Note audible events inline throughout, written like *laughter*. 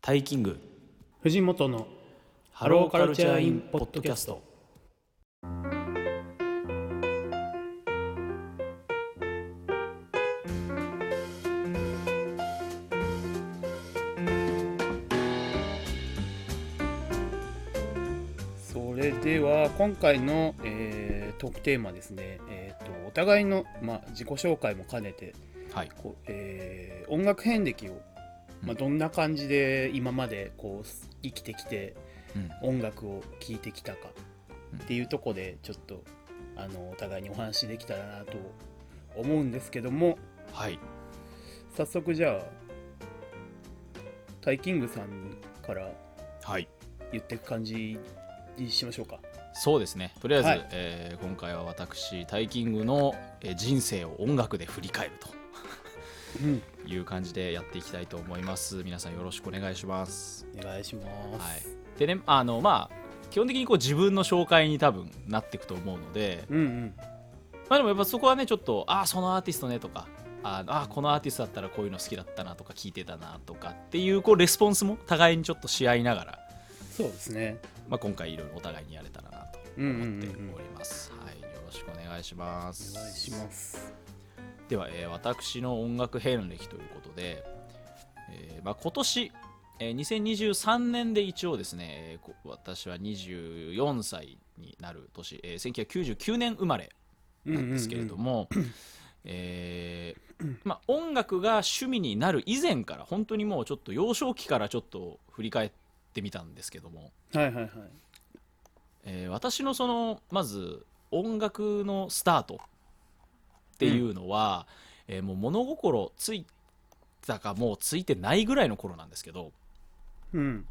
タイキング藤本のハローカルチャーインポッドキャストそれでは今回の、えートークテーマですね、えー、とお互いの、まあ、自己紹介も兼ねてはいこう、えー音楽遍歴を、まあ、どんな感じで今までこう生きてきてうん音楽を聴いてきたかっていうとこでちょっとあのお互いにお話しできたらなと思うんですけどもはい早速じゃあタイキングさんからはい言ってく感じにしましょうかそうですねとりあえず、はいえー今回は私タイキングのえー人生を音楽で振り返るうんという感じでやっていきたいと思います皆さんよろしくお願いしますお願いしますはいでねあのまあ基本的にこう自分の紹介に多分なっていくと思うので、うんうんまあ、でもやっぱそこはねちょっとああそのアーティストねとかああこのアーティストだったらこういうの好きだったなとか聞いてたなとかっていうこうレスポンスも互いにちょっとし合いながらそうですねまあ、今回いろいろお互いにやれたらなとうんうんう思んっうてんおります。はい、よろしくお願いします。お願いしますでは、えー私の音楽遍歴ということで、えーまあ、今年、えー2023年で一応ですね、えーこ私は24歳になる年、えー1999年生まれうんうんうんですけれども、えーまあ、音楽が趣味になる以前から本当にもうちょっと幼少期からちょっと振り返ってみたんですけども、はいはいはいえー私のそのまず音楽のスタートっていうのは、えーもう物心ついたかもうついてないぐらいの頃なんですけどうん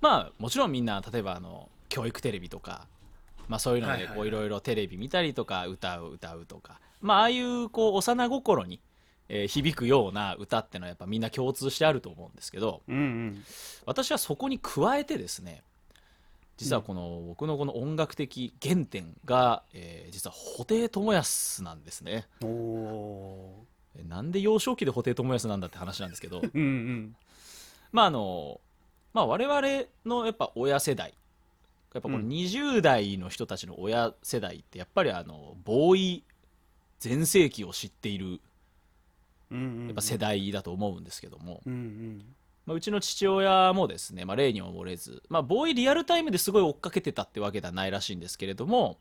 まあもちろんみんな例えばあの教育テレビとか、まあ、そういうのはいではいはいこういろいろテレビ見たりとか歌う歌うとか、まあああいうこう幼心に、えー響くような歌ってのはやっぱみんな共通してあると思うんですけど、うんうん私はそこに加えてですね実はこの僕のこの音楽的原点が、えー実は布袋寅泰なんですねおおえなんで幼少期で布袋寅泰なんだって話なんですけど *laughs* ーうんうんまああのまあ我々のやっぱ親世代やっぱこのうん20代の人たちの親世代ってやっぱりあのボーイ全盛期を知っているうんうんやっぱ世代だと思うんですけども、うんうんまあ、うちの父親もですね、まあ、例にも漏れず、まあ、ボーイリアルタイムですごい追っかけてたってわけではないらしいんですけれども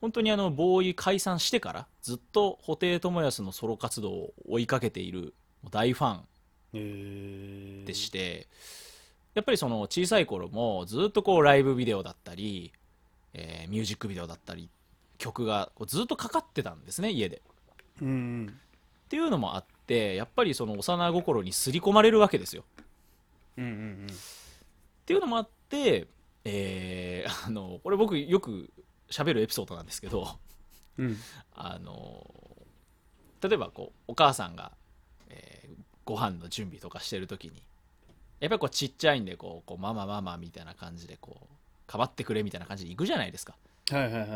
本当にあのボーイ解散してからずっと布袋寅泰のソロ活動を追いかけている大ファンえーでして、やっぱりその小さい頃もずっとこうライブビデオだったり、えーミュージックビデオだったり曲がこうずっとかかってたんですね家で。うんっていうのもあってやっぱりその幼心に刷り込まれるわけですよ。うんうんうんっていうのもあって、えーあのこれ僕よく喋るエピソードなんですけど *laughs* うんうんあの例えばこうお母さんが、えーご飯の準備とかしてる時にやっぱりこうちっちゃいんでこうこうママママみたいな感じでこうかばってくれみたいな感じで行くじゃないですか、はいはいはい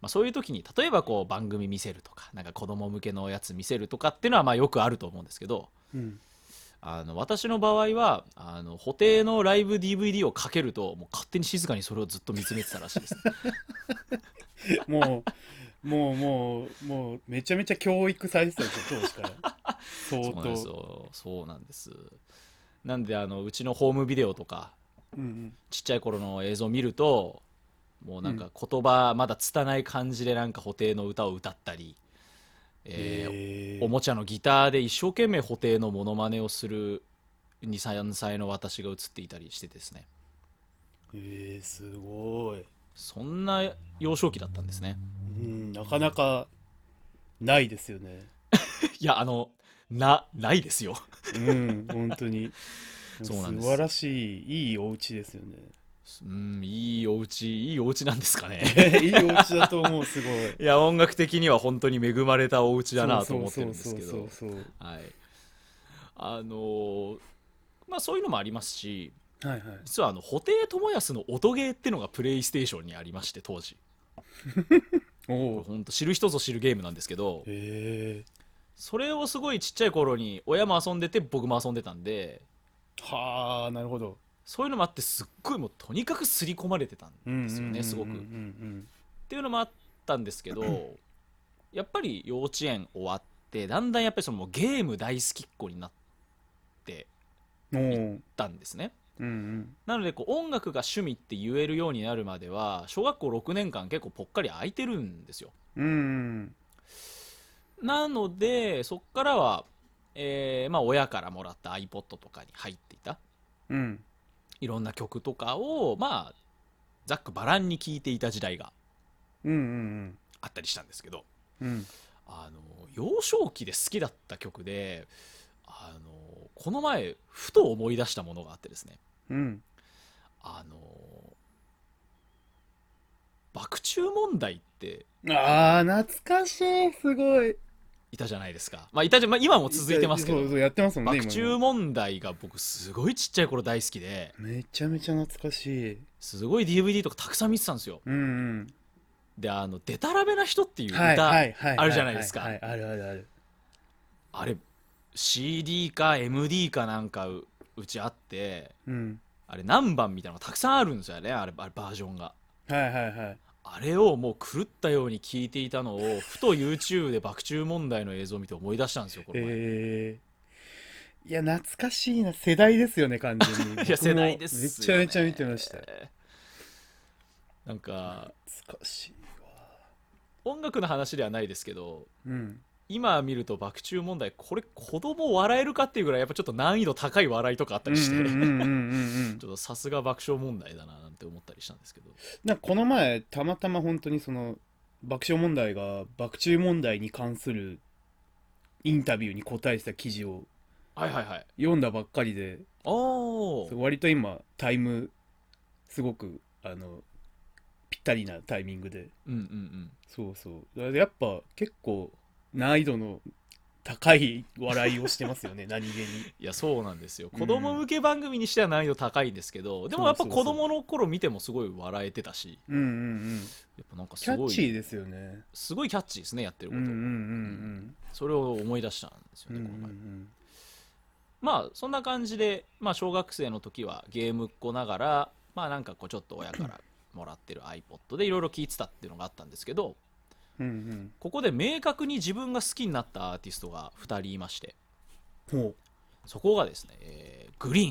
まあ、そういう時に例えばこう番組見せるとかなんか子供向けのやつ見せるとかっていうのはまあよくあると思うんですけどうんあの私の場合はあの布袋のライブ DVD をかけるともう勝手に静かにそれをずっと見つめてたらしい *laughs* です、もうもうもうもうめちゃめちゃ教育されてたんですよ当時からそ相うなんです当よそうなんですなんであのうちのホームビデオとかうんちっちゃい頃の映像を見るともうなんか言葉まだ拙い感じでなんか布袋の歌を歌ったり、うんえーえーおもちゃのギターで一生懸命布袋のモノマネをする23歳の私が映っていたりしてですねえーすごい、そんな幼少期だったんですねうん、なかなかないですよねいやあのなないですようん本当 *laughs* にそうなんです素晴らしいいいお家ですよね *laughs* うんいいお家いいお家なんですかねいいお家だと思うすごいいや音楽的には本当に恵まれたお家だなとそう思ってるんですけそどうそうそうそはいあのーまあそういうのもありますしうはいはい実はあの布袋寅泰の音ゲーってのがプレイステーションにありまして当時おお本当知る人ぞ知るゲームなんですけどへえそれをすごいちっちゃい頃に親も遊んでて僕も遊んでたんではあなるほどそういうのもあってすっごいもうとにかく刷り込まれてたんですよね、すごく。うんっうんうんていうのもあったんですけどやっぱり幼稚園終わってだんだんやっぱりそのもうゲーム大好きっ子になってうんおーたんですね。うんうんなのでこう音楽が趣味って言えるようになるまでは小学校6年間結構ぽっかり空いてるんですよ。うんなのでそっからは、えーまあ、親からもらった iPod とかに入っていたうんうんいろんな曲とかをまあざっくばらんに聴いていた時代がうんうんあったりしたんですけどうんあの幼少期で好きだった曲であのこの前ふと思い出したものがあってですねうんあの爆中問題ってああ懐かしいすごいいたじゃないですか、まあいたじゃまあ、今も続いてますけそうどそうやってますもんね爆中問題が僕すごいちっちゃい頃大好きで今もめちゃめちゃ懐かしいすごい DVD とかたくさん見てたんですようんであの「でたらめな人」っていううん歌、はいはいはいあるじゃないですかははいあるあるあるあれ CD か MD かなんかううちあってうんあれ何番みたいなのがたくさんあるんですよねあれあれバージョンがはいはいはいあれをもう狂ったように聞いていたのをふと YouTube で爆中問題の映像を見て思い出したんですよこれ、えー、いや懐かしいな世代ですよね完全に *laughs* いや世代ですよ僕もねめちゃめちゃ見てましたなんか懐かしいわ音楽の話ではないですけどうん今見ると爆中問題これ子供笑えるかっていうぐらいやっぱちょっと難易度高い笑いとかあったりして、うんうんうんうんう *laughs* んちょっとさすが爆笑問題だななんて思ったりしたんですけどなんかこの前たまたま本当にその爆笑問題が爆中問題に関するインタビューに答えてた記事をはいはいはい読んだばっかりでおー割と今タイムすごくあのぴったりなタイミングでうんうんうんそうそうだからやっぱ結構難易度の高い笑いをしてますよ *laughs* ね何気にいやそうなんですようん子供向け番組にしては難易度高いんですけど、でもやっぱそうそ子うそう供の頃見てもすごい笑えてたしうんうんうんやっぱなんかキすャッごチーいですよねすごいキャッチーですねやってるうこんと、うんうんそれを思い出したんですようんうね、んこのう前んまあそんな感じで、まあ、小学生の時はゲームっ子ながらまあなんかこうちょっと親からもらってる iPod でいろいろ聞いてたっていうのがあったんですけどうんうんここで明確に自分が好きになったアーティストが2人いましてほそこがですね、えーグリ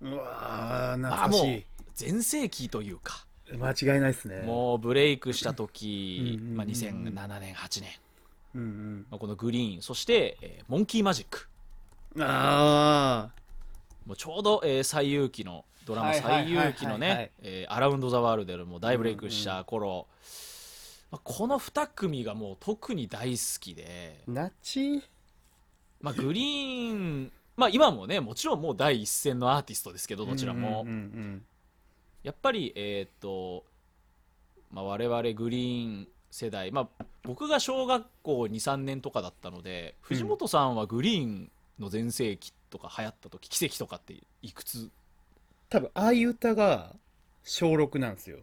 ーンううわーまあ懐かもしうい全盛期というか間違いないですねもうブレイクした時、うんうんうんうんまあ、2007年8年う、うんのこのグリーンそして、えーモンキーマジックうん、ああもうちょうど、えー最有機のドラマはいはいは最いはいは有い機のね「えーアラウンド・ザ・ワールド」でもう大ブレイクした頃、まあ、この2組がもう特に大好きで、ナチまあ、グリーンまあ今もねもちろんもう第一線のアーティストですけどどちらも、うんうんやっぱりえーっと、まあ、我々グリーン世代まあ僕が小学校23年とかだったので藤本さんはグリーンの全盛期とか流行った時奇跡とかっていくつ多分ああいう歌が小6なんですよ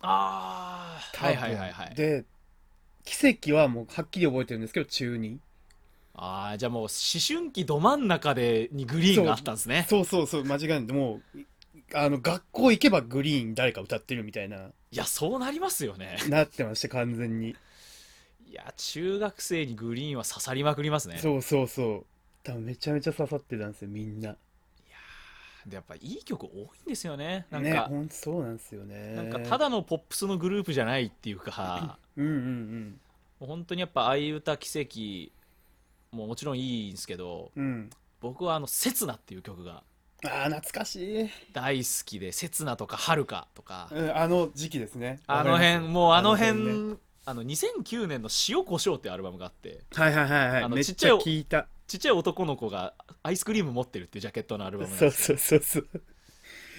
ああ多は分いはいはいはいで奇跡はもうはっきり覚えてるんですけど中2ああじゃあもう思春期ど真ん中でにグリーンがあったんですね *laughs* そうそうそう間違いないもういあの学校行けばグリーン誰か歌ってるみたいないやそうなりますよねなってまして完全に、いや中学生にグリーンは刺さりまくりますねそうそうそう多分めちゃめちゃ刺さってたんですよみんなでやっぱいい曲多いんですよねなんねか、ほんとそうなんですよねなんかただのポップスのグループじゃないっていうかうんうんうんもう本当にやっぱ「あいうた奇跡」ももちろんいいんですけどうん僕はあの「刹那」っていう曲があー懐かしい、大好きで「刹那」とか「遥か」とかうん、あの時期ですねあの辺もうあの辺あの辺あの2009年の「塩コショウ」っていうアルバムがあってはいはいはいはいあのめっちっちちゃいゃお聞いたちっちゃい男の子がアイスクリーム持ってるっていうジャケットのアルバムなんそうですそうそうそう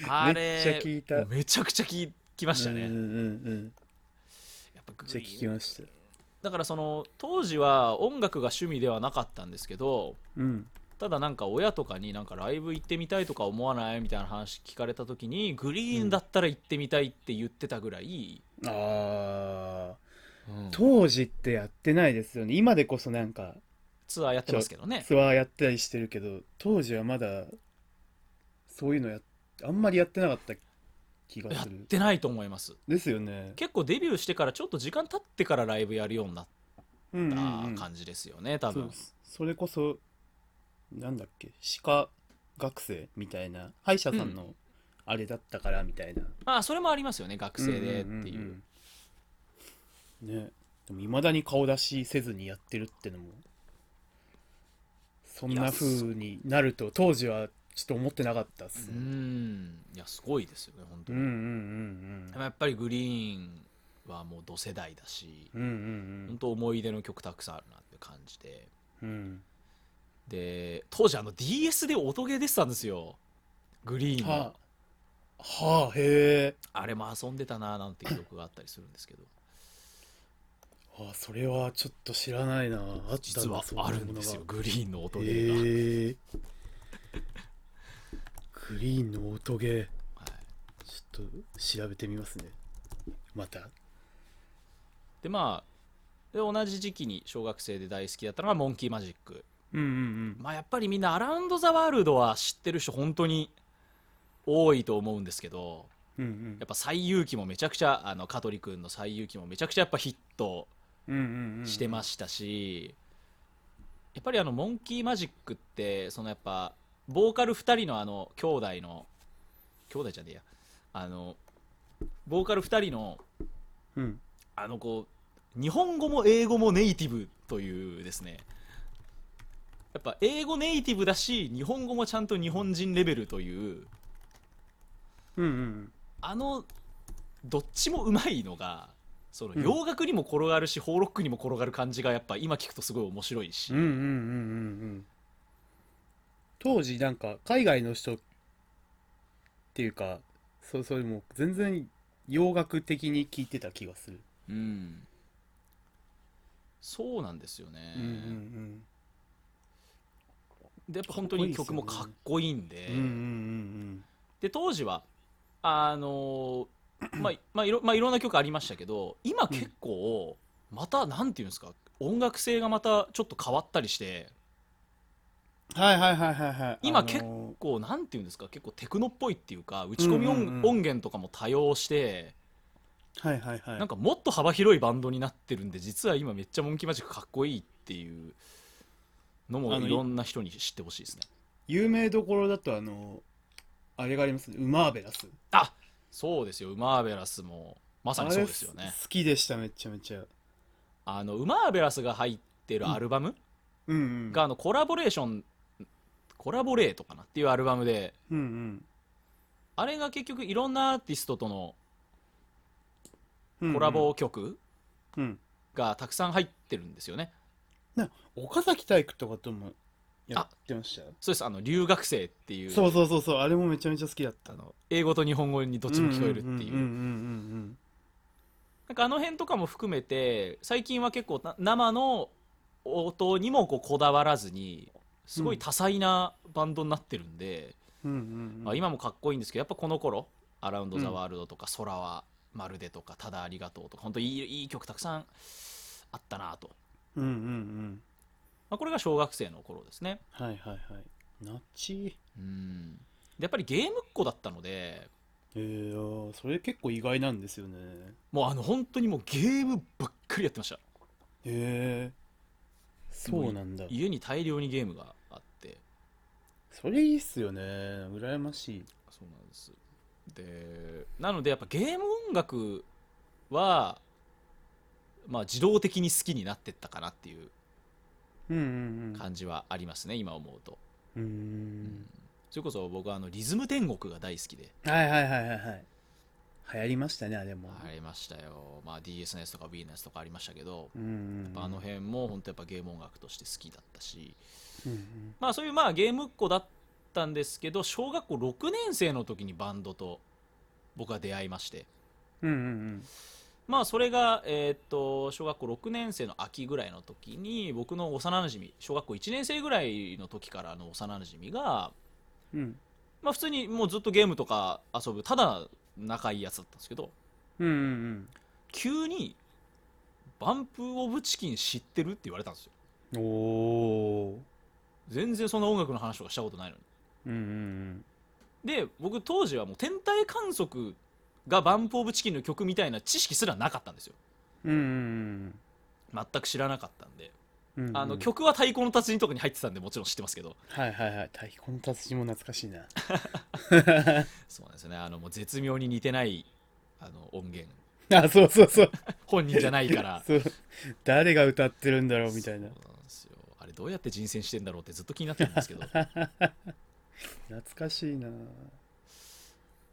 あれめっちゃ聞いたもうめちゃくちゃ聞きましたね、うんうんうんやっぱグめっちゃリ聞きーンましただからその当時は音楽が趣味ではなかったんですけどうんただなんか親とかになんかライブ行ってみたいとか思わないみたいな話聞かれた時にグリーンだったら行ってみたいって言ってたぐらい、ああうん当時ってやってないですよね今でこそなんかツアーやってますけどねツアーやったりしてるけど当時はまだそういうのやあんまりやってなかった気がやっするてないと思いますですよね結構デビューしてからちょっと時間経ってからライブやるようになっうんたうんうん感じですよね、多そ分うそれこそなんだっけ歯科学生みたいな歯医者さんのあれだったからみたいな、まあそれもありますよね学生でっていう,、んうんうんうんねでもいまだに顔出しせずにやってるってのもそんいなや風になると当時はちょっと思ってなかったっすうね、んいやすごいですよね本当うんに、うんでうんもやっぱりグリーンはもう同世代だし、うんうんうん本当思い出の曲たくさんあるなって感じでうんで当時あの DS で音ゲー出てたんですよグリーンの、はあはあへえあれも遊んでたななんて記憶があったりするんですけどあそれはちょっと知らないなあったんだ実はそんなあものるがんですよグリーンの音ゲーが、へえグリーンの音ゲーはい、ちょっと調べてみますねまたでまあで同じ時期に小学生で大好きだったのがモンキーマジックうんうんまあやっぱりみんなアラウンド・ザ・ワールドは知ってる人本当に多いと思うんですけどうんうんやっぱ最遊記もめちゃくちゃあの香取君の最遊記もめちゃくちゃやっぱヒットうんうんうんしてましたし、やっぱりあのモンキーマジックってそのやっぱボーカル2人のあの兄弟の兄弟じゃねえやあのボーカル2人のうんあのこう日本語も英語もネイティブというですねやっぱ英語ネイティブだし日本語もちゃんと日本人レベルといううんうんあのどっちもうまいのがその洋楽にも転がるし、フォーロックにも転がる感じがやっぱ今聞くとすごい面白いし、うんうんうんうんうん当時なんか海外の人っていうかそうそれもう全然洋楽的に聞いてた気がするうんそうなんですよね、うんでやっぱ本当に曲もかっこいいんでうんうんうんうんで当時はあのーまあまあいろまあ、いろんな曲ありましたけど今結構またなんていうんですか音楽性がまたちょっと変わったりしてはいはいはいはいはい今あのー結こうなんていうんですか結構テクノっぽいっていうか打ち込み音,、うんうんうん音源とかも多様してはいはいはいなんかもっと幅広いバンドになってるんで実は今めっちゃモンキーマジックかっこいいっていうのもあのいろんな人に知ってほしいですね有名どころだとあのあれがありますねウマーベラスあそうですよウマーベラスもまさにそうですよあれね好きでしためちゃめちゃあのウマーベラスが入ってるアルバム、うんうんがあのコラボレーションコラボレートかなっていうアルバムでうんうんあれが結局いろんなアーティストとのうんうんコラボ曲うんがたくさん入ってるんですよね、岡崎体育とかともやってましたよそうですあの留学生っていうそうそうそうそうあれもめちゃめちゃ好きだったあの英語と日本語にどっちも聞こえるっていうんうんうなんかあの辺とかも含めて最近は結構な生の音にもこうこだわらずにすごい多彩なバンドになってるんで、うんうんうんうんうんまあ、今もかっこいいんですけどやっぱこの頃アラウンド・ザ・ワールド」とか「空はまるで」とか「ただありがとう」とか本当いいいい曲たくさんあったなと、うんうんうんまあ、これが小学生の頃ですねはいはいはいナチうんでやっぱりゲームっ子だったのでえー、あーそれ結構意外なんですよねもうあの本当にもうゲームばっかりやってましたへえそうなんだ家に大量にゲームがあってそれいいっすよね羨ましいそうなんですでなのでやっぱゲーム音楽はまあ自動的に好きになってったかなっていううんうん感じはありますね、今思うとうんうーんそれこそ僕はあのリズム天国が大好きではいはいはいはいはい流行りましたねあれも、ありましたよ、まあ、DS のやつとか Wii のやつとかありましたけど、うんうんうんあの辺も本当やっぱゲーム音楽として好きだったしうんうんまあそういうまあゲームっ子だったんですけど小学校6年生の時にバンドと僕は出会いましてうんうんまあそれが、えーっと小学校6年生の秋ぐらいの時に僕の幼馴染み小学校1年生ぐらいの時からの幼馴染みが、うんうんまあ、普通にもうずっとゲームとか遊ぶただ仲いいやつだったんですけどうんうん急に「バンプ・オブ・チキン知ってる?」って言われたんですようんおー全然そんな音楽の話とかしたことないのにうんうんで僕当時はもう天体観測がバンプ・オブ・チキンの曲みたいな知識すらなかったんですようんうん全く知らなかったんで、うんうんあうのん曲は「太鼓の達人」とかに入ってたんでもちろん知ってますけどはいはいはい太鼓の達人も懐かしいな *laughs* そうなんですよねあのもう絶妙に似てないあの音源あそうそうそう本人じゃないから *laughs* そう誰が歌ってるんだろうみたいなそうなんですよあれどうやって人選してんだろうってずっと気になってるんですけど懐かしいな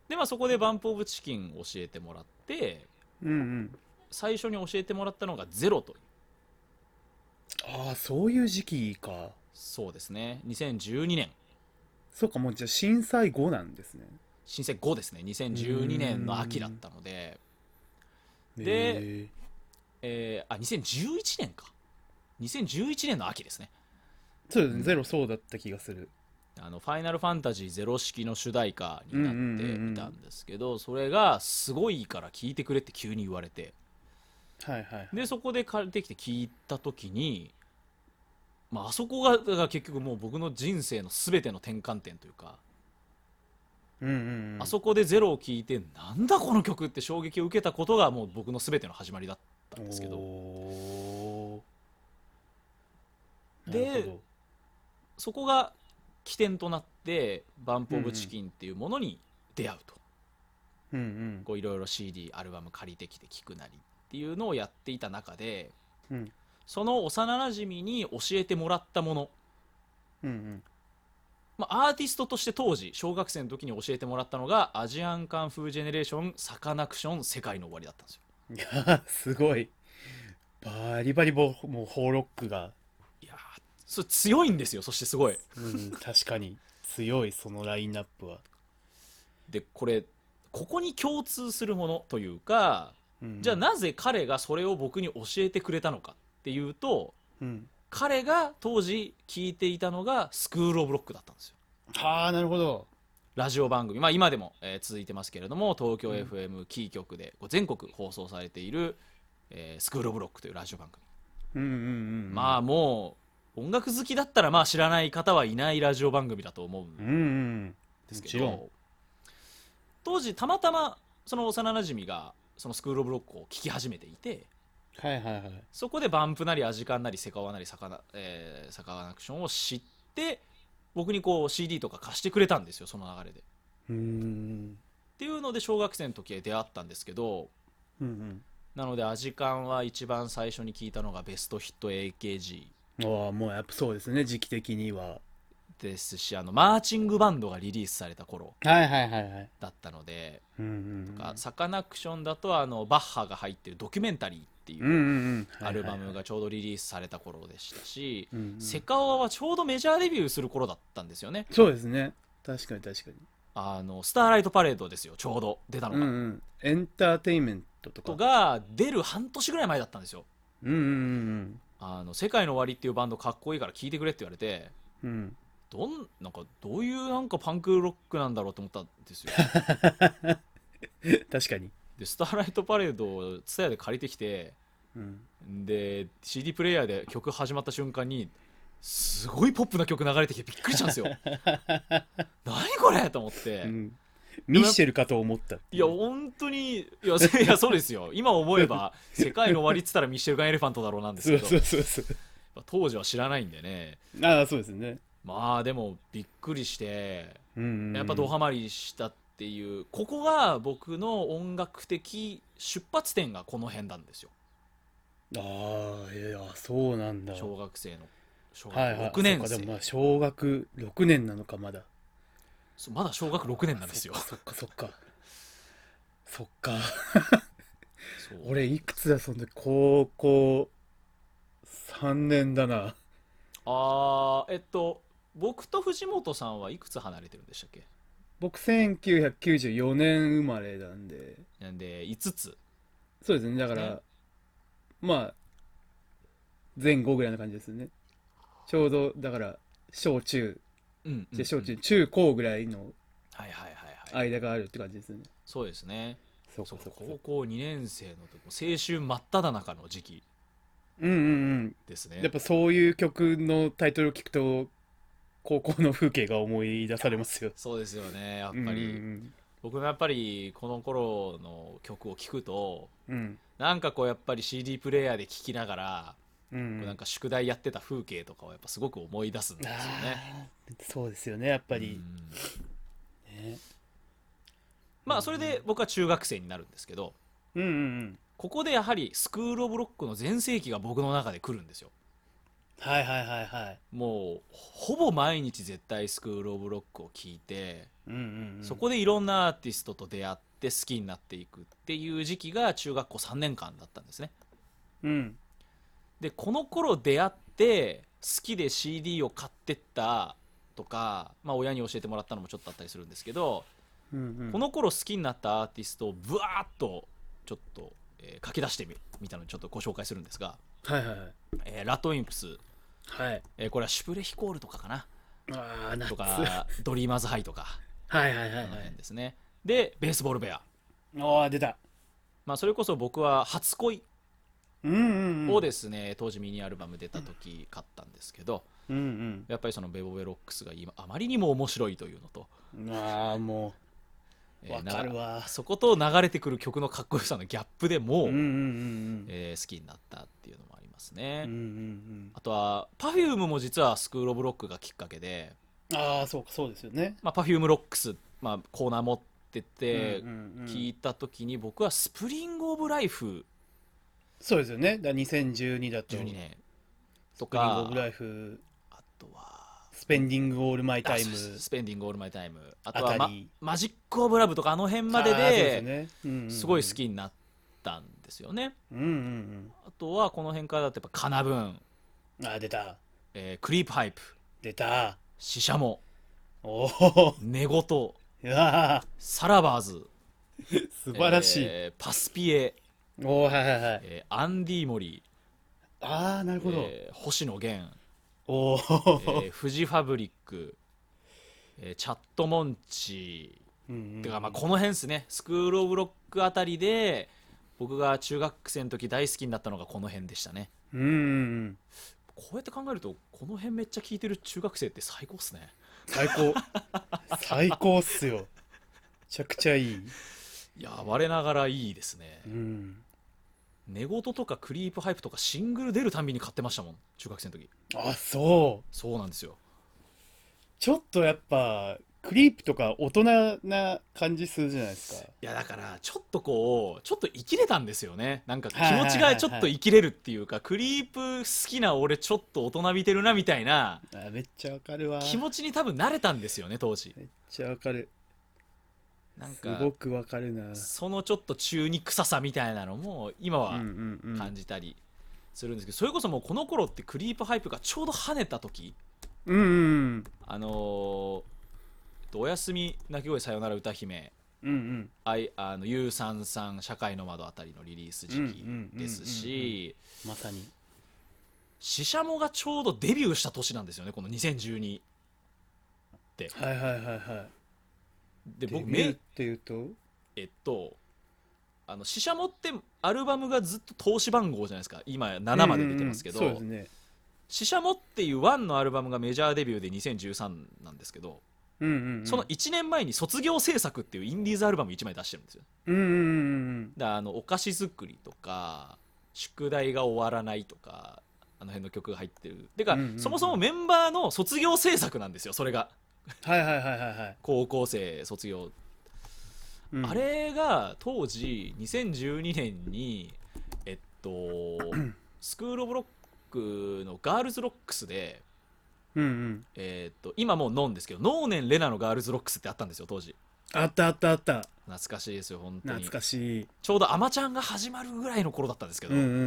でまあそこでバンプ・オブ・チキン教えてもらってうんうん最初に教えてもらったのが「ゼロというああそういう時期かそうですね2012年そうかもうじゃあ震災後なんですね新生5ですね2012年の秋だったので、でへーえーあ2011年か2011年の秋ですねそうですねゼロそうだった気がするあの「ファイナルファンタジーゼロ式」の主題歌になっていたんですけど、それがすごいから聴いてくれって急に言われてはいはいでそこで借りてきて聴いた時に、まああそこがだから結局もう僕の人生の全ての転換点というか、うんうんうんあそこで「ゼロを聴いてなんだこの曲って衝撃を受けたことがもう僕の全ての始まりだったんですけどおーでなるほそこが起点となってバンプ・オブ・チキンっていうものに出会うと、どうんこういろいろ CD アルバム借りてきて聴くなりっていうのをやっていた中でうんうんその幼なじみに教えてもらったもの、うんうんまあ、アーティストとして当時小学生の時に教えてもらったのがアジアンカンフージェネレーションサカナクション世界の終わりだったんですよいやーすごいバリバリボもうホーロックが、いやーそれ強いんですよそしてすごいうん、確かに強いそのラインナップは、でこれここに共通するものというかうん、じゃあ、なぜ彼がそれを僕に教えてくれたのかっていうとうん、彼が当時聞いていたのがスクール・オブ・ロックだったんですよああなるほどラジオ番組、まあ、今でも、えー続いてますけれども東京 FM キー局でこう全国放送されている、えースクール・オブ・ロックというラジオ番組、うんうんうんまあもう音楽好きだったらまあ知らない方はいないラジオ番組だと思うんうんうんですけもちろんど当時たまたまその幼なじみがそのスクール・オブ・ロックを聴き始めていてはいはいはいそこでバンプなりアジカンなりセカオワなりサカナ,、えーサカナクションを知って僕にこう CD とか貸してくれたんですよその流れで。うーんっていうので小学生の時へ出会ったんですけどうんなのでアジカンは一番最初に聞いたのがベストヒット AKG うんああもうやっぱそうですね時期的にはですしあのマーチングバンドがリリースされた頃はいはいはいはいだったので、うんうんうんがサカナクションだとあのバッハが入ってるドキュメンタリーってうんいううんうんアルバムががちょうどリリースされた頃でしたし、セせカオワはちょうどメジャーデビューする頃だったんですよねそうですね確かに確かにあのスターライトパレードですよちょうど出たのうんが、うんエンターテインメントとかとが出る半年ぐらい前だったんですようんうんあの「世界の終わり」っていうバンドかっこいいから聴いてくれって言われてうんうんどんなんかどういうなんかパンクロックなんだろうと思ったんです *laughs* よ確かにでスターライトパレードを TSUTAYA で借りてきてうんで CD プレイヤーで曲始まった瞬間にすごいポップな曲流れてきてびっくりしたん *laughs* ですよ何これと思って、うんミッシェルかと思ったいや本当にいや *laughs* せいやそうですよ今思えば「世界の終わり」っつったらミシェルガン・エレファントだろうなんですそけうどそうそうそうまあ当時は知らないんでねああそうですねまあでもびっくりしてうんうんうんやっぱドハマりしたっていうここが僕の音楽的出発点がこの辺なんですよああいやそうなんだ小学生の小学はいはい6年そ生っかでもまあ小学6年なのかまだそうまだ小学6年なんですよ *laughs* そっかそっかそっかそう俺いくつだそんで高校3年だなあーえっと僕と藤本さんはいくつ離れてるんでしたっけ僕1994年生まれなんでなんで5つそうですねだから、ねまあ前後ぐらいな感じですねちょうどだから小中うんうんうんで小中、中高ぐらいのはいはいはいはい間があるって感じですね、そうですねそうそうかそうか高校2年生の時も青春真っ只中の時期うんうんうんですやっねぱそういう曲のタイトルを聞くと高校の風景が思い出されますよ。そうですよねやっうんぱり、うん僕もやっぱりこの頃の曲を聴くとうんなんかこうやっぱり CD プレイヤーで聴きながら、うんうんこうなんか宿題やってた風景とかをやっぱすごく思い出すんですよね。あーそうですよねやっぱうり、んね、まあそれで僕は中学生になるんですけどうんうんうんここでやはりスクール・オブ・ロックの全盛期が僕の中で来るんですよ。はいはいはいはいもうほぼ毎日絶対スクール・オブ・ロックを聴いて、うんうんうんそこでいろんなアーティストと出会って好きになっていくっていう時期が中学校3年間だったんですね。うんでこの頃出会って好きで CD を買ってったとか、まあ、親に教えてもらったのもちょっとあったりするんですけど、うんうんこの頃好きになったアーティストをブワーッとちょっと、えー書き出してみみたいなのをちょっとご紹介するんですが、はいはいはいえーラトインプス、はいえーこれはシュプレヒコールとかかなああと夏はい *laughs* かドリーマーズハイとかはいはいはあのい辺ですねでベースボールベア、ああ出たまあ、それこそ僕は初恋うんうんうんをですね、当時ミニアルバム出た時買ったんですけどうんやっぱりそのベボベロックスが今あまりにも面白いというのと、うんああもえうーわかるなわそこと流れてくる曲のかっこよさのギャップでもう、うんうんうんうんえー好きになったっていうのもありますね、うんうんあとは Perfume も実はスクール・オブ・ロックがきっかけで、うんああそうかそうですよねまあ、Perfume ロックス、まあ、コーナー持っててうんうんうん聞いた時に僕は「スプリング・オブ・ライフそうですよねだから2012だ」と12年とスプリングオかブライフあとはスペンディングオールマイタイムあそうですスペンディング・オール・マイ・タイム」あとは、あまたりマジック・オブ・ラブ」とかあの辺まであーそうすよでねうんうんうんすごい好きになったんですよね。うんうんあとはこの辺からだとやっぱ「カナブーン」うんあー出たえークリープ・ハイプ」出た「シシャモ」おお「寝言」うわ「サラバーズ」ー素晴らしい、えーパスピエ」おおはいはいはいえーアンディ・モリああなるー、ほど、えー星野源、おえお、ーフジファブリック、えーチャットモンチうんうんーてかまあこの辺ですねスクール・オブ・ロックあたりで僕が中学生の時大好きになったのがこの辺でしたねうんうんうんこうやって考えるとこの辺めっちゃ聴いてる中学生って最高っすね最高最高っすよめちゃくちゃいい、いや我ながらいいですねうん、寝言とかクリープハイプとかシングル出るたんびに買ってましたもん中学生の時あそうそうなんですよちょっとやっぱクリープとか大人な感じするじゃないですかいやだからちょっとこうちょっと生きれたんですよねなんか気はいはいはい持はいちがちょっと生きれるっていうかクリープ好きな俺ちょっと大人びてるなみたいなあーめっちゃわかるわ気持ちに多分慣れたんですよね当時めっちゃわかるなんすごかくわかるなそのちょっと中二臭さみたいなのも今はうんうんうん感じたりするんですけどそれこそもうこの頃ってクリープハイプがちょうど跳ねた時うんうんあのーえっとおやすみ泣き声さよなら歌姫うんうんあいあの U33 社会の窓あたりのリリース時期ですうんうんうんしまさにシシャモがちょうどデビューした年なんですよねこの2012ってはいはいはいはいでデ僕ビューっめていうとえっとあのシシャモってアルバムがずっと投資番号じゃないですか今7まで出てますけど、うんうんうんそうですねシシャモっていう1のアルバムがメジャーデビューで2013なんですけど、うんうんうんその1年前に卒業制作っていうインディーズアルバム1枚出してるんですようんうんうんだからあのお菓子作りとか宿題が終わらないとかあの辺の曲が入ってるてか、うんうんうんそもそもメンバーの卒業制作なんですよそれがはいはいはいはいはい、高校生卒業、うんあれが当時2012年にえっ *clears throat* とスクール・オブ・ロックのガールズ・ロックスで、うんうんえっと今もうノンですけどノーネン・レナのガールズ・ロックスってあったんですよ当時あったあったあった懐かしいですよ本当に懐かしいちょうど「アマちゃん」が始まるぐらいの頃だったんですけうど、んうんうんう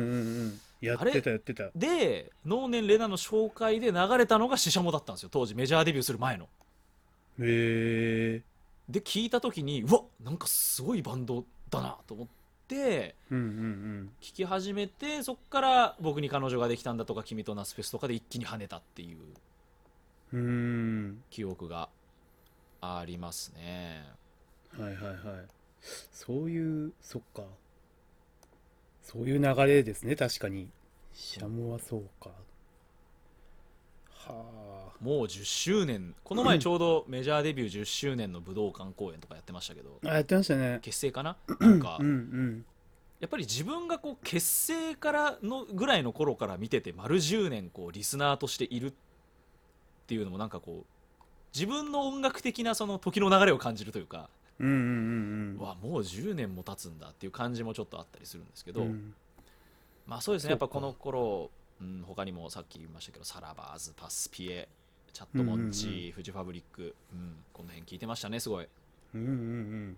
んやってたやってたで能年玲奈の紹介で流れたのがシシャモだったんですよ当時メジャーデビューする前のへえで聞いた時にうわなんかすごいバンドだなと思ってうんうん聞き始めてそっから僕に彼女ができたんだとか君とナスフェスとかで一気に跳ねたっていううんうーん記憶がありますねはいはいはいそういうそっかそういう流れですね確かにシャモはそうかはもう10周年この前ちょうどメジャーデビュー10周年の武道館公演とかやってましたけどあ。あ、やってましたね。結成かななんかうんうん。やっぱり自分がこう結成からのぐらいの頃から見てて丸10年こうリスナーとしているっていうのもなんかこう自分の音楽的なその時の流れを感じるというか、うんうんうんうん。わもう10年も経つんだっていう感じもちょっとあったりするんですけど、うんまあそうですねそやうっかぱこの頃、うん、他にもさっき言いましたけどサラバーズパスピエチャットモンチ、うんうんフジファブリック、うん、この辺聞いてましたねすごいうんうん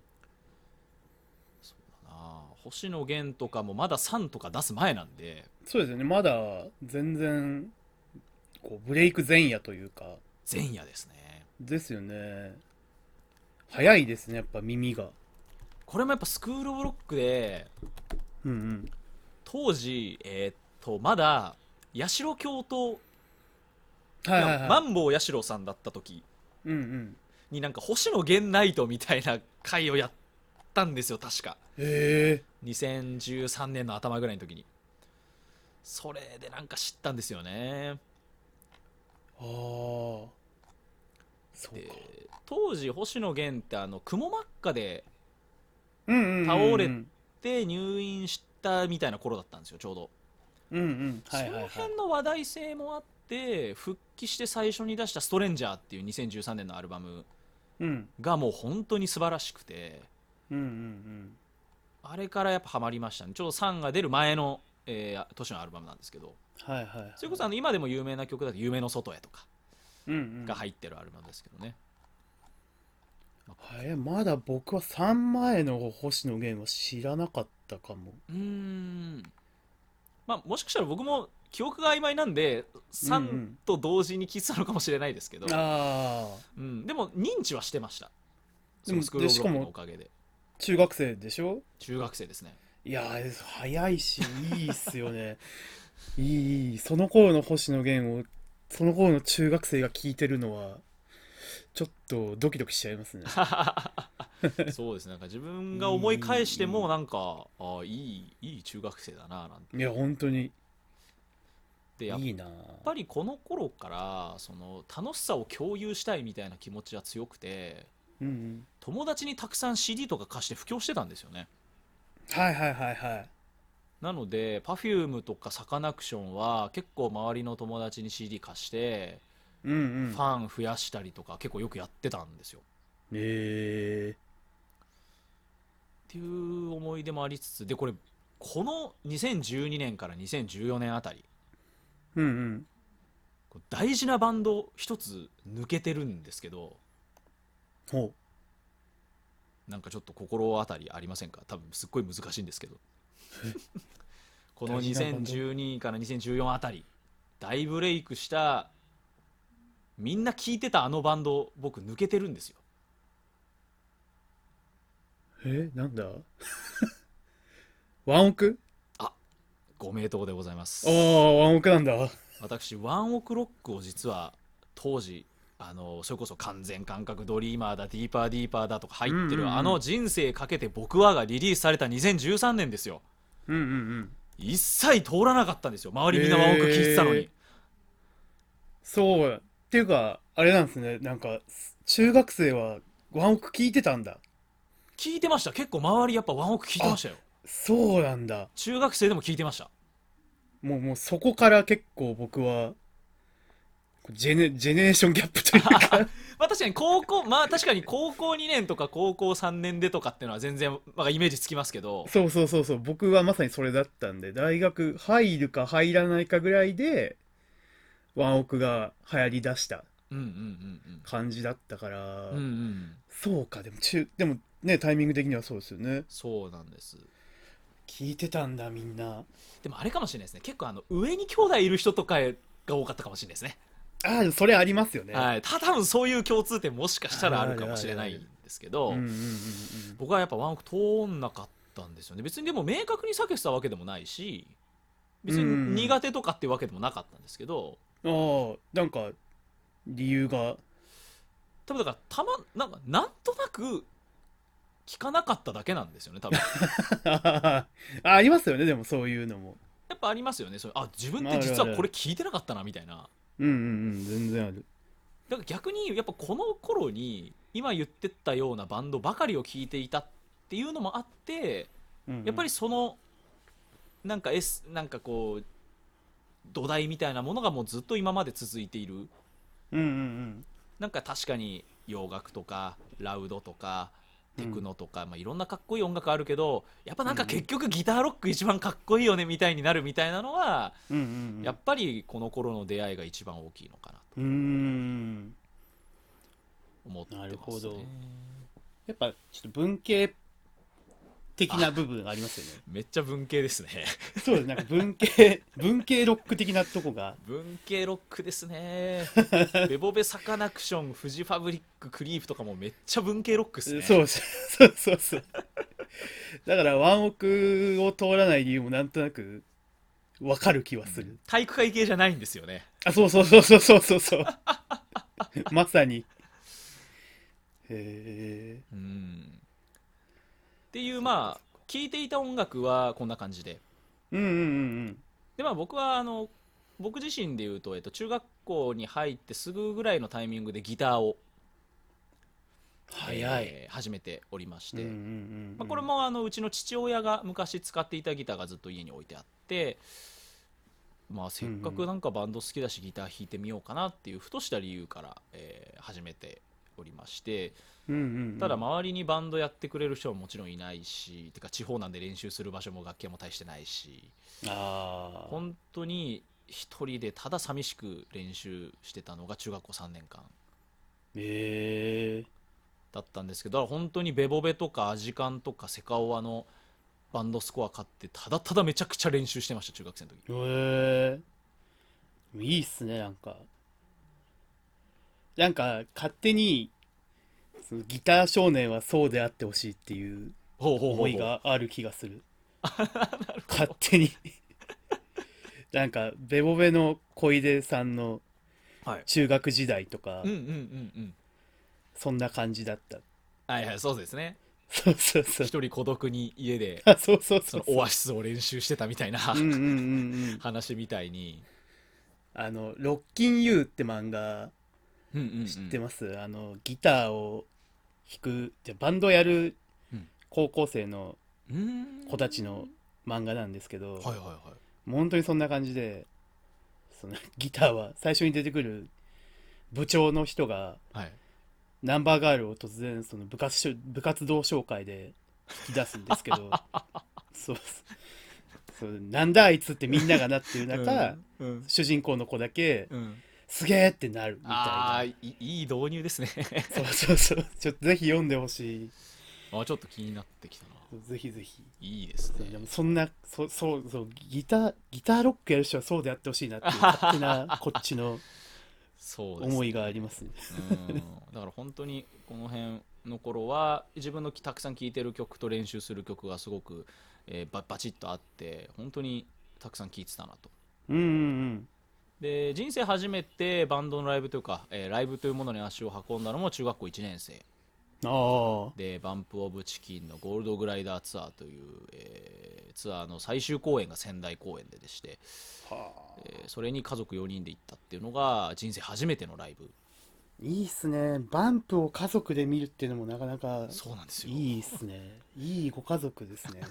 あー星野源とかもまだ3とか出す前なんでそうですよね。まだ全然、こう、ブレイク前夜というか、前夜ですねですよね。早いですね、やっぱ耳が。これもやっぱスクールオブロックでうんうん。当時えーっとまだ八代教頭はいはいマはンボウ八代さんだった時い。うんうん。になんか星野源ナイトみたいな回をやったんですよ確かえ2013年の頭ぐらいの時にそれでなんか知ったんですよねえああ。そうでか。当時星野源ってあの雲真っ赤でうんうんうんうん。倒れで入院したみたいな頃だったんですよちょうどうんうん。はいはいはい。その辺の話題性もあって復帰して最初に出した「ストレンジャー」っていう2013年のアルバムうんがもう本当に素晴らしくてうんうんあれからやっぱハマりましたねちょうど「サン」が出る前の、えー年のアルバムなんですけどうん。はいはいはい。それこそあの今でも有名な曲だと「夢の外へ」とかうんうん。が入ってるアルバムですけどね、えーまだ僕は3前の星野源は知らなかったかも。うーんまあもしかしたら僕も記憶が曖昧なんで「サうんうンん」と同時に聴いてたのかもしれないですけど、ああ、うん、でも認知はしてましたでそものスクールオブロックでしかのもおかげで中学生でしょ中学生ですねいやー、早いし、いいっすよね。 *laughs* いい、いい。その頃の星野源を、その頃の中学生が聞いてるのは、ちょっとドキドキしちゃいますね。 *laughs* そうですねなんか自分が思い返して *laughs* もなんかあいいいい中学生だななんいや、本当にてやっいいな。ぱりこの頃からその楽しさを共有したいみたいな気持ちは強くてうんうん。友達にたくさん CD とか貸して布教してたんですよねはいはいはいはい。なので Perfume とかサカナクションは結構周りの友達に CD 貸してうんうフん。ァン増やしたりとか結構よくやってたんですよえっていう思い出もありつつでこれこの2012年から2014年あたりー。うんうん。こう大事なバンド一つ抜けてるんですけどほなんかちょっと心当たりありませんか多分すっごい難しいんですけど *laughs* この大事なバンド2012から2014あたり大ブレイクしたみんな聞いてたあのバンド僕抜けてるんですよう。えー、なんだワンオクご名答でございますああ、ワンオクなんだ。私ワンオクロックを実は当時あのそれこそ完全感覚ドリーマーだディーパーディーパーだとか入ってる、うんうんうんあの人生かけて僕はがリリースされた2013年ですようんうんうん。一切通らなかったんですよ周りみんなワンオク聞いてたのに、へーそう。っていうか、あれなんですね。なんか、す中学生はワンオク聞いてたんだ。聞いてました結構周りやっぱワンオク聞いてましたよそうなんだ。中学生でも聞いてましたもう、もうそこから結構僕は、ジェネ、ジェネレーションギャップというかまあ確かに高校まあ確かに高校2年とか高校3年でとかっていうのは全然、まあ、イメージつきますけどそうそうそうそう。僕はまさにそれだったんで、大学入るか入らないかぐらいで、ワンオクが流行り出したうんうんうん感じだったから、うんうんうんそうか、でも中、でもね、タイミング的にはそうですよね。そうなんです聞いてたんだ、みんな。でもあれかもしれないですね結構あの上に兄弟いる人とかが多かったかもしれないですねああ、それありますよね。はいた多分そういう共通点もしかしたらあるかもしれないんですけどうんうんうんうん僕はやっぱワンオク通んなかったんですよね別にでも明確に避けてたわけでもないし別うんうんうにん苦手とかっていうわけでもなかったんですけどああなんか理由が *laughs* 多分だからたまなんかなんとなく聞かなかっただけなんですよね *laughs* 多分あありますよねでもそういうのもやっぱありますよねそれあ自分って実はこれ聞いてなかったなみたいなうんうんうん全然あるだから逆にやっぱこの頃に今言ってったようなバンドばかりを聴いていたっていうのもあってうんうんやっぱりそのなんか S なんかこう土台みたいなものがもうずっと今まで続いているうんうんなんか確かに洋楽とかラウドとかテクノとか、まあ、いろんなかっこいい音楽あるけどやっぱなんか結局ギターロック一番かっこいいよねみたいになるみたいなのは、うんうんうんやっぱりこの頃の出会いが一番大きいのかなとうーん思ってます、ね、なるほどやっぱちょっと文系的な部分ありますよねめっちゃ文系ですね *laughs* そうですなんか文 *laughs* 系文系ロック的なとこが文系ロックです *laughs* ねベボベサカナクションフジファブリッククリープとかもめっちゃ文系ロックですねそうそうそうそうだからワンオクを通らない理由もなんとなくわかる気はする、体育会系じゃないんですよねあそうそうそうそうそうそうそう *laughs* まさにへうんっていうまあ聴いていた音楽はこんな感じでえうんうんうんでまあ僕はあの僕自身で言うと、えっと、中学校に入ってすぐぐらいのタイミングでギターを、早い、えー始めておりましうんて、うんうんまあ、これもあのうちの父親が昔使っていたギターがずっと家に置いてあって、まあ、せっかくなんかバンド好きだしギター弾いてみようかなっていうふとした理由から、えー始めておりましてうんうんうんただ周りにバンドやってくれる人ももちろんいないしてか地方なんで練習する場所も楽器屋も大してないしあー本当に一人でただ寂しく練習してたのが中学校3年間へえだったんですけどだから本当にベボベとかアジカンとかセカオワのバンドスコア買ってただただめちゃくちゃ練習してました中学生の時へえいいっすねなんかなんか勝手にそのギター少年はそうであってほしいっていうほうほうほ思ういほうがある気がする勝手に *laughs* なんかベボベの小出さんのはい中学時代とかうんうんうんうんそんな感じだった *laughs* はいはいそうですねそうそうそう一人孤独に家であそうそうそそうのオアシスを練習してたみたいなうんうんうんうん話みたいにあの「ロッキンユー」って漫画うんうんうん知ってます、あのギターを弾くじゃバンドやるうん高校生のうーん子たちの漫画なんですけど、はいはいはいもう本当にそんな感じでそのギターは最初に出てくる部長の人がはいナンバーガールを突然その部活しょ部活動紹介で引き出すんですけ *laughs* どそうそうなんだあいつってみんながなってる中、うん主人公の子だけうんすげえってなるみたいあなあいいいい導入ですねそうそうそうちょっとぜひ読んでほしいあちょっと気になってきたなぜひぜひ。いいですそうでねもそんな、そそうそう、ギター、ギターロックやる人はそうであってほしい *laughs* なっていう勝手なこっちのそうですね思いがありますね。うんだから本当にこの辺の頃は自分のたくさん聴いてる曲と練習する曲がすごく、えーババチッとあって本当にたくさん聴いてたなとうんうんで人生初めてバンドのライブというか、えーライブというものに足を運んだのも中学校1年生うん。あでバンプ・オブ・チキンのゴールド・グライダーツアーという、えーツアーの最終公演が仙台公演ででして、あ。はあ。えーそれに家族4人で行ったっていうのが人生初めてのライブいいっすね。バンプを家族で見るっていうのもなかなかそうなんですよいいっすね。いいご家族です *laughs* ね。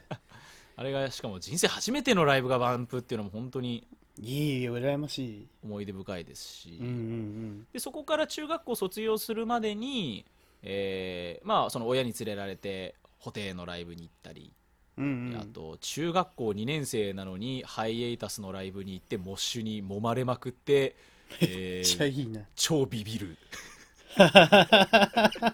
あれがしかも人生初めてのライブがバンプっていうのも本当にいい、羨ましい。思い出深いですし、うんうんでそこから中学校卒業するまでに、えーまあ、その親に連れられて布袋のライブに行ったり、うん。うんうあん。と中学校2年生なのにハイエイタスのライブに行ってモッシュに揉まれまくって、えめーっちゃいいな。超ビビ *laughs* るとか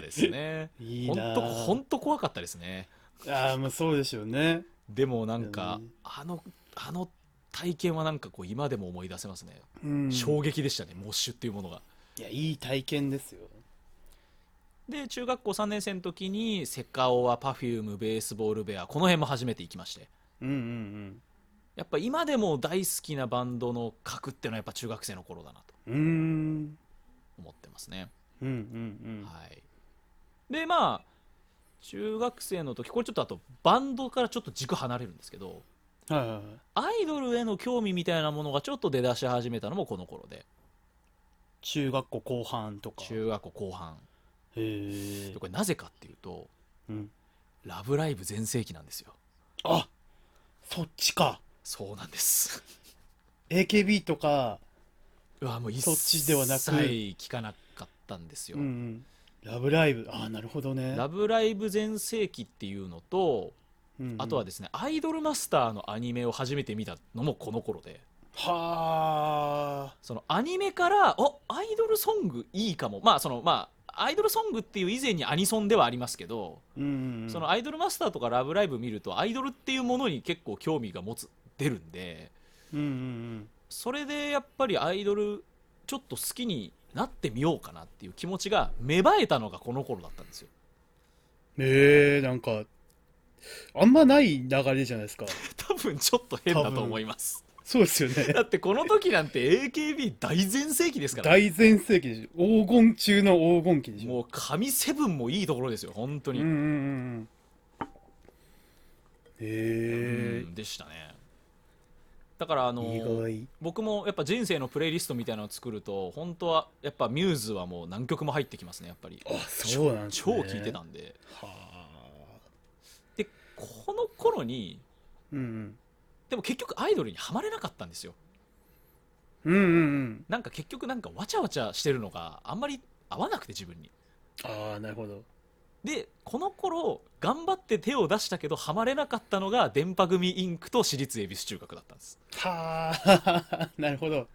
ですねいい本な。当本当怖かったですねああ、もうそうでしょうね。でもなんか、うんあのあの体験はなんかこう今でも思い出せますね、うん。衝撃でしたねモッシュっていうものがいや、いい体験ですよ。で中学校3年生の時にセカオワパフュームベースボールベアこの辺も初めて行きましてうんうんうん。やっぱ今でも大好きなバンドの核っていうのはやっぱ中学生の頃だなとうーん思ってますね、うんうんはいでまあ中学生の時これちょっとあとバンドからちょっと軸離れるんですけどはいはいはいアイドルへの興味みたいなものがちょっと出だし始めたのもこの頃で中学校後半とか中学校後半へえでこれなぜかっていうとうん「ラブライブ!」全盛期なんですよあそっちかそうなんです *laughs* AKB とかうわもう一そっちではなく切聞かなかったんですよ、うんうんラブライブああなるほどねラブライブ全盛期っていうのとうんうんあとはですね、アイドルマスターのアニメを初めて見たのもこの頃ではあそのアニメからおアイドルソングいいかもまあそのまあアイドルソングっていう以前にアニソンではありますけど、うんうんうんそのアイドルマスターとか「ラブライブ!」見るとアイドルっていうものに結構興味が持つ出るんでうんうんそれでやっぱりアイドルちょっと好きになってみようかなっていう気持ちが芽生えたのがこの頃だったんですようんえー、なんかあんまない流れじゃないですか *laughs* 多分ちょっと変だと思いますそうですよ *laughs* ねだってこの時なんて AKB 大全盛期ですから大全盛期でしょ黄金中の黄金期でしょもう神セブンもいいところですよ本当に、うんうんうんうんえうんでしたねだからあえのー、意僕もやっぱ人生のプレイリストみたいなのを作ると本当はやっぱミューズはもう何曲も入ってきますねやっぱり外あそうなんです超ね聴いてたんではあでこの頃にうんでも結局アイドルにはまれなかったんですようんうんうんうんなんか結局なんかわちゃわちゃしてるのがあんまり合わなくて自分にああなるほどでこの頃頑張って手を出したけどハマれなかったのが電波組インクと私立恵比寿中学だったんですはあ *laughs* なるほど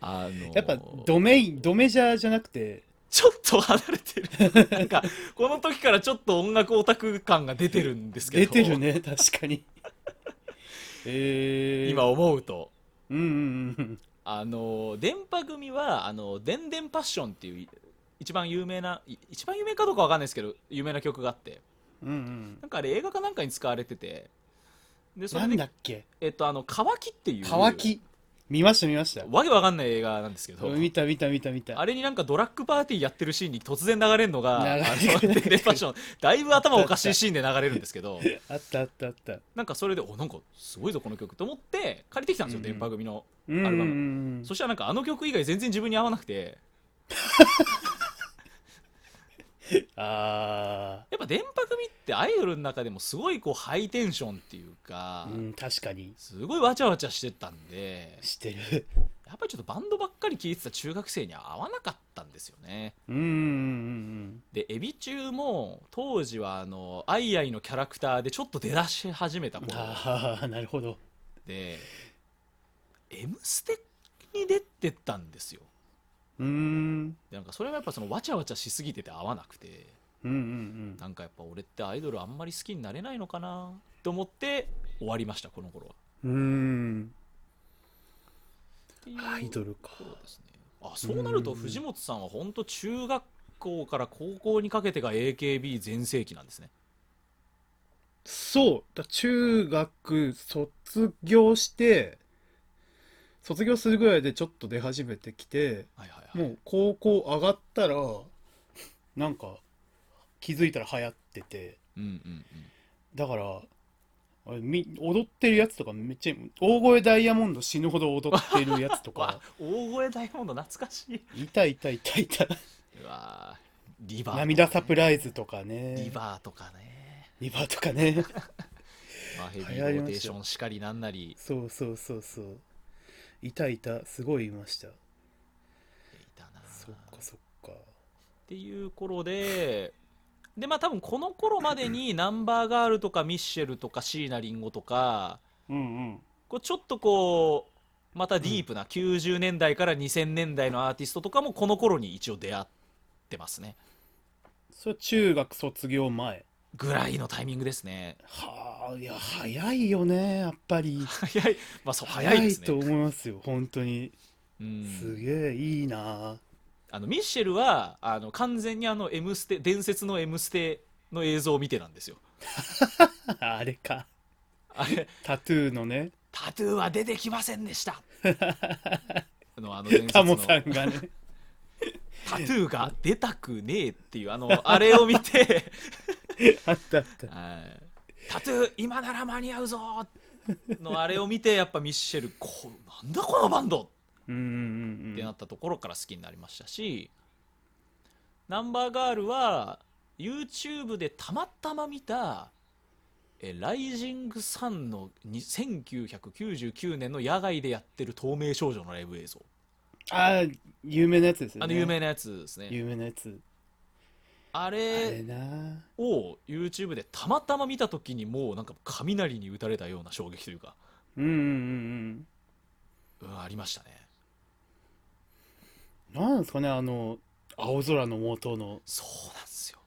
あのやっぱドメインドメジャーじゃなくてちょっと離れてる *laughs* なんかこの時からちょっと音楽オタク感が出てるんですけ出どてるね *laughs* 確かにええー、今思うとうんうんうんあの電波組は「あのでんでんパッション」っていう一番有名ない一番有名かどうかわかんないですけど有名な曲があってうんうんなんかあれ映画かなんかに使われててでそなれんでだっけ「えっと、あの乾き」っていう乾き見ました見ましたわけわかんない映画なんですけど見た見た見た見たあれになんかドラッグパーティーやってるシーンに突然流れるのが「あ流れるの *laughs* でんでんパッション」だいぶ頭おかしいシーンで流れるんですけどあったあったあったなんかそれでおなんかすごいぞこの曲と思って借りてきたんですよ、うんうん電波組の、うんうんアルバムうんそしたらなんかあの曲以外全然自分に合わなくてあやっぱ電波組ってアイドルの中でもすごいこうハイテンションっていうか、あうん確かにすごいわちゃわちゃしてたんでしてるやっぱりちょっとバンドばっかり聴いてた中学生には合わなかったんですよねうんうんうんでエビ中も当時はあのアイアイのキャラクターでちょっと出だし始めたうん頃ああなるほどで「M ステ」に出てったんですようーんでなんかそれはやっぱそのわちゃわちゃしすぎてて合わなくてうんうんなんかやっぱ俺ってアイドルあんまり好きになれないのかなと思って終わりましたこの頃はうんうんっていうアイドルか頃ですねあそうなるとうん藤本さんは本当中学校から高校にかけてが AKB 全盛期なんですねそうだ中学卒業して卒業するぐらいでちょっと出始めてきてはいはいはいもう高校上がったらなんか気づいたら流行っててうんうんだからあれみ踊ってるやつとかめっちゃ大声ダイヤモンド死ぬほど踊ってるやつと *laughs* うんわか大声ダイヤモンド懐かしいいたいたいたいたうわリバーとかね、涙サプライズとかねリバーとかね、リバーとかねまあ、ヘビ流行りーローまテーしたシよョンしかりなんなりそうそうそうそういたいたすごいいましたいたなそっかそっかっていう頃で、で、まあ多分この頃までにナンバーガールとかミッシェルとか椎名林檎とか、うんうんこうちょっとこう、またディープな90年代から2000年代のアーティストとかもこの頃に一応出会ってますね。それ中学卒業前ぐらいのタイミングですね。 *laughs* はあいや早いよねやっぱり早い、まあそう、早いですとね。思いますよ本当にうすん、げえいいな *laughs* ああのミッシェルはあの完全にあの M ステ伝説の「M ステ」の映像を見てなんですよ。あれかあれタトゥーのねタトゥーは出てきませんでした。あのあの伝説タのモさんがね *laughs* タトゥーが出たくねえっていうあのあれを見てあったあったはいタトゥー今なら間に合うぞのあれを見てやっぱミッシェルこうなんだこのバンドうんうんっうてんうなんったところから好きになりましたし、ナンバーガールは YouTube でたまたま見た「えライジングサンのに1999年の野外でやってる透明少女のライブ映像ああ有名なやつですよあねの有名なやつですね有名なやつああれれなを YouTube でたまたま見た時にもうなんか雷に打たれたような衝撃というか、うんうんうんうん、ありましたねうんなんですかねあの青空の元のそうなんですよ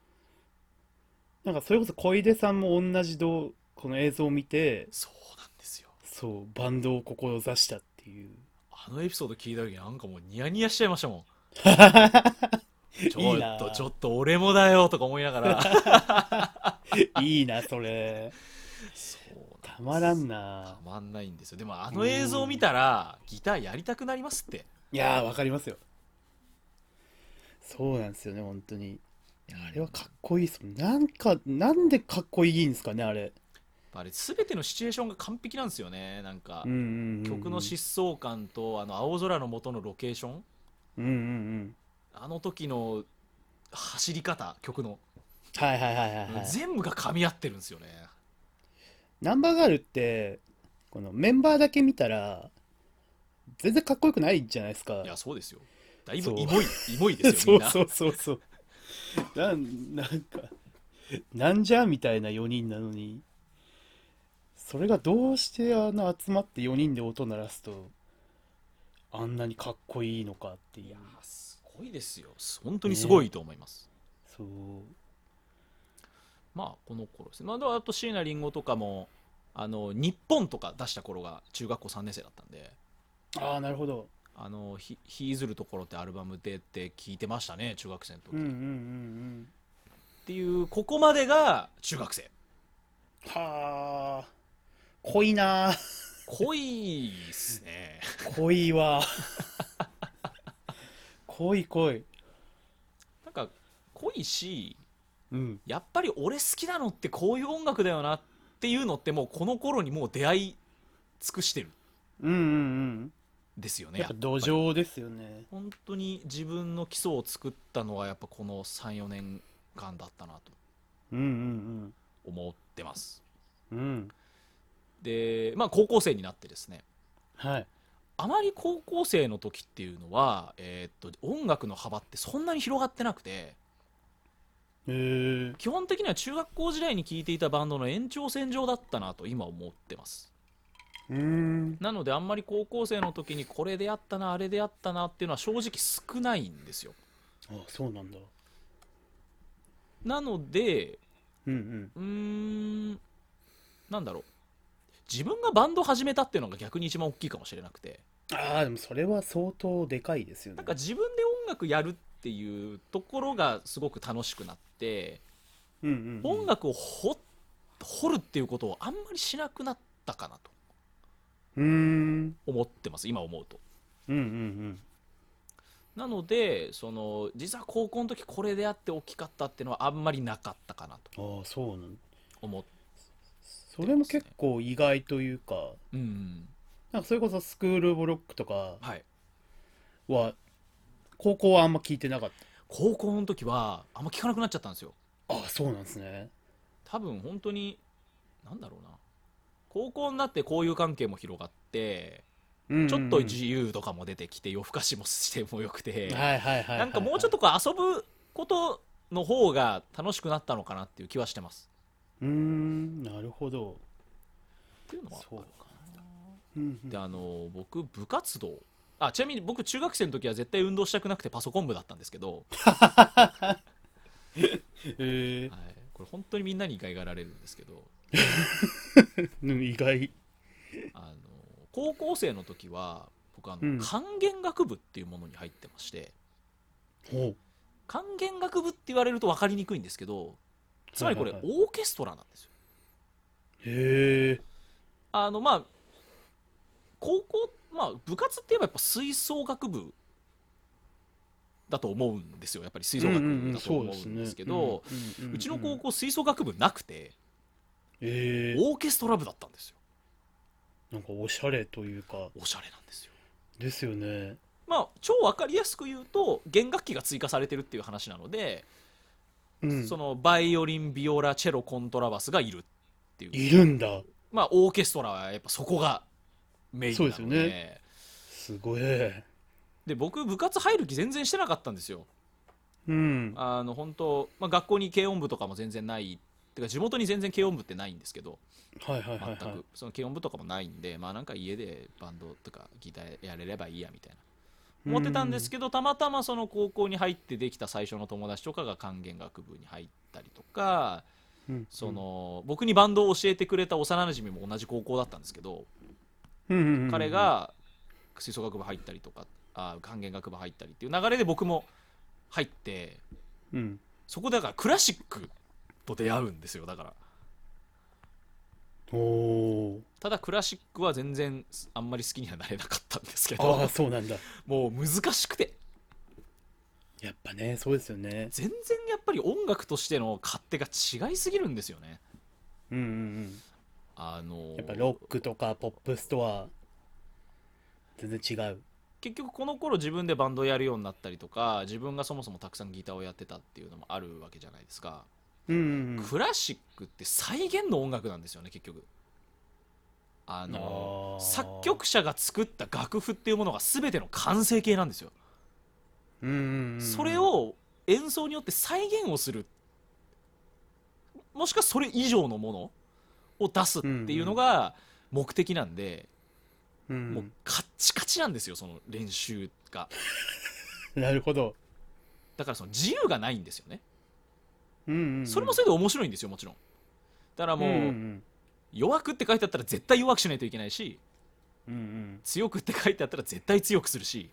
なんかそれこそ小出さんも同じどこの映像を見てそうなんですよそうバンドを志したっていうあのエピソード聞いた時なんかもうニヤニヤしちゃいましたもん *laughs* ちょいいっなとちょっと俺もだよとか思いなが *laughs* らいいな *laughs* それそうなんですたまらんたなまんないんですよでもあの映像見たらギターやりたくなりますっていやーわかりますよそうなんですよね本当にいやあれはかっこいいですもんなんかなんでかっこいいんですかねあれあれ全てのシチュエーションが完璧なんですよねなんかうんうんうんうん曲の疾走感とあの青空の元のロケーションうんうんうんあの時の走り方曲のはいはいはいはいはい全部が噛み合ってるんですよねナンバーガールってこのメンバーだけ見たら全然かっこよくないじゃないですかいやそうですよだいぶそうイモいイモいですよみそうん *laughs* なそうそうそうなんなんかなんじゃみたいな4人なのにそれがどうしてあの集まって4人で音鳴らすとあんなにかっこいいのかっていいうやすごいですよ本当にすごいと思います、そうまあこの頃ですね、まあ、だからあと椎名林檎とかもあの日本とか出した頃が中学校3年生だったんでああなるほど「あのひひいずるところ」ってアルバム出て聞いてましたね中学生の時、うんうんうっんうんていうここまでが中学生はあ濃いなあ濃いっすね濃いわ *laughs* 濃い濃いなんか濃いしうんやっぱり俺好きなのってこういう音楽だよなっていうのってもうこの頃にもう出会い尽くしてるんうんうんですようんねやっぱやっぱ土壌ですよね本当に自分の基礎を作ったのはやっぱこの34年間だったなとうんうん思ってますうんうんでまあ高校生になってですねはいあまり高校生の時っていうのは、えーっと音楽の幅ってそんなに広がってなくてへえ基本的には中学校時代に聴いていたバンドの延長線上だったなと今思ってますうーんなのであんまり高校生の時にこれでやったなあれでやったなっていうのは正直少ないんですよあそうなんだなのでうんうんうーんなんだろう自分がバンド始めたっていうのが逆に一番大きいかもしれなくてああでもそれは相当でかいですよねなんか自分で音楽やるっていうところがすごく楽しくなってうんうんうん音楽を掘掘るっていうことをあんまりしなくなったかなとうーん思ってます今思うとうんうんなのでその実は高校の時これであって大きかったっていうのはあんまりなかったかなとうんああそうなん思っそれも結構意外というかうんなんかそれこそスクールオブロックとかはいは高校はあんま聞いてなかっ高校の時はあんま聞かなくなっちゃったんですよたああそうなんですね多分本当になんだろうな高校になって交友関係も広がってちょっと自由とかも出てきて夜更かしもしてもよくて由はいはいはいはいはいなんかもうちょっとこう遊ぶことの方が楽しくなったのかなっていう気はしてます。うーんなるほどっていうのはあるそうかな。うんうんであの僕部活動あちなみに僕中学生の時は絶対運動したくなくてパソコン部だったんですけど、えーはい、これ本当にみんなに意外がられるんですけどうん意外あの高校生の時は僕あの、うん管弦楽部っていうものに入ってましてほう管弦楽部って言われると分かりにくいんですけどつまりこれはいはいオーケストラなんですよ。へえあのまあ高校まあ部活って言えばやっぱ吹奏楽部だと思うんですよやっぱり吹奏楽部だと思うんですけど、うちの高校校吹奏楽部なくてええオーケストラ部だったんですよなんかおしゃれというかおしゃれなんですよですよねまあ超わかりやすく言うと弦楽器が追加されてるっていう話なので、うんそのバイオリンビオラチェロコントラバスがいるっていういるんだまあオーケストラはやっぱそこがメインなのでそうですよねすごいで僕部活入る気全然してなかったんですようんあの本当、まあ、学校に軽音部とかも全然ないてか地元に全然軽音部ってないんですけどはいは全いく、はいはいその軽音部とかもないんでまあなんか家でバンドとかギターやれればいいやみたいな思ってたんですけどたまたまその高校に入ってできた最初の友達とかが管弦楽部に入ったりとかうんうんその、僕にバンドを教えてくれた幼なじみも同じ高校だったんですけど、うんうんうんうん彼が吹奏楽部入ったりとかあ管弦楽部入ったりっていう流れで僕も入ってうんそこでだからクラシックと出会うんですよだからおおただクラシックは全然あんまり好きにはなれなかったんですけあどあそうなんだもう難しくてやっぱねそうですよね全然やっぱり音楽としての勝手が違いすぎるんですよねうんうんうんあのやっぱロックとかポップスとは全然違う結局この頃自分でバンドやるようになったりとか自分がそもそもたくさんギターをやってたっていうのもあるわけじゃないですか、うんうんうんクラシックって再現の音楽なんですよね結局あのあー作曲者が作った楽譜っていうものが全ての完成形なんですよ、うんうんうんそれを演奏によって再現をするもしくはそれ以上のものを出すっていうのが目的なんで、うんもうカッチカチなんですよその練習がなるほどだからその自由がないんですよねうんうんうんそれもそれで面白いんですよもちろんだからもう、んん弱くって書いてあったら絶対弱くしないといけないしうんうん強くって書いてあったら絶対強くするし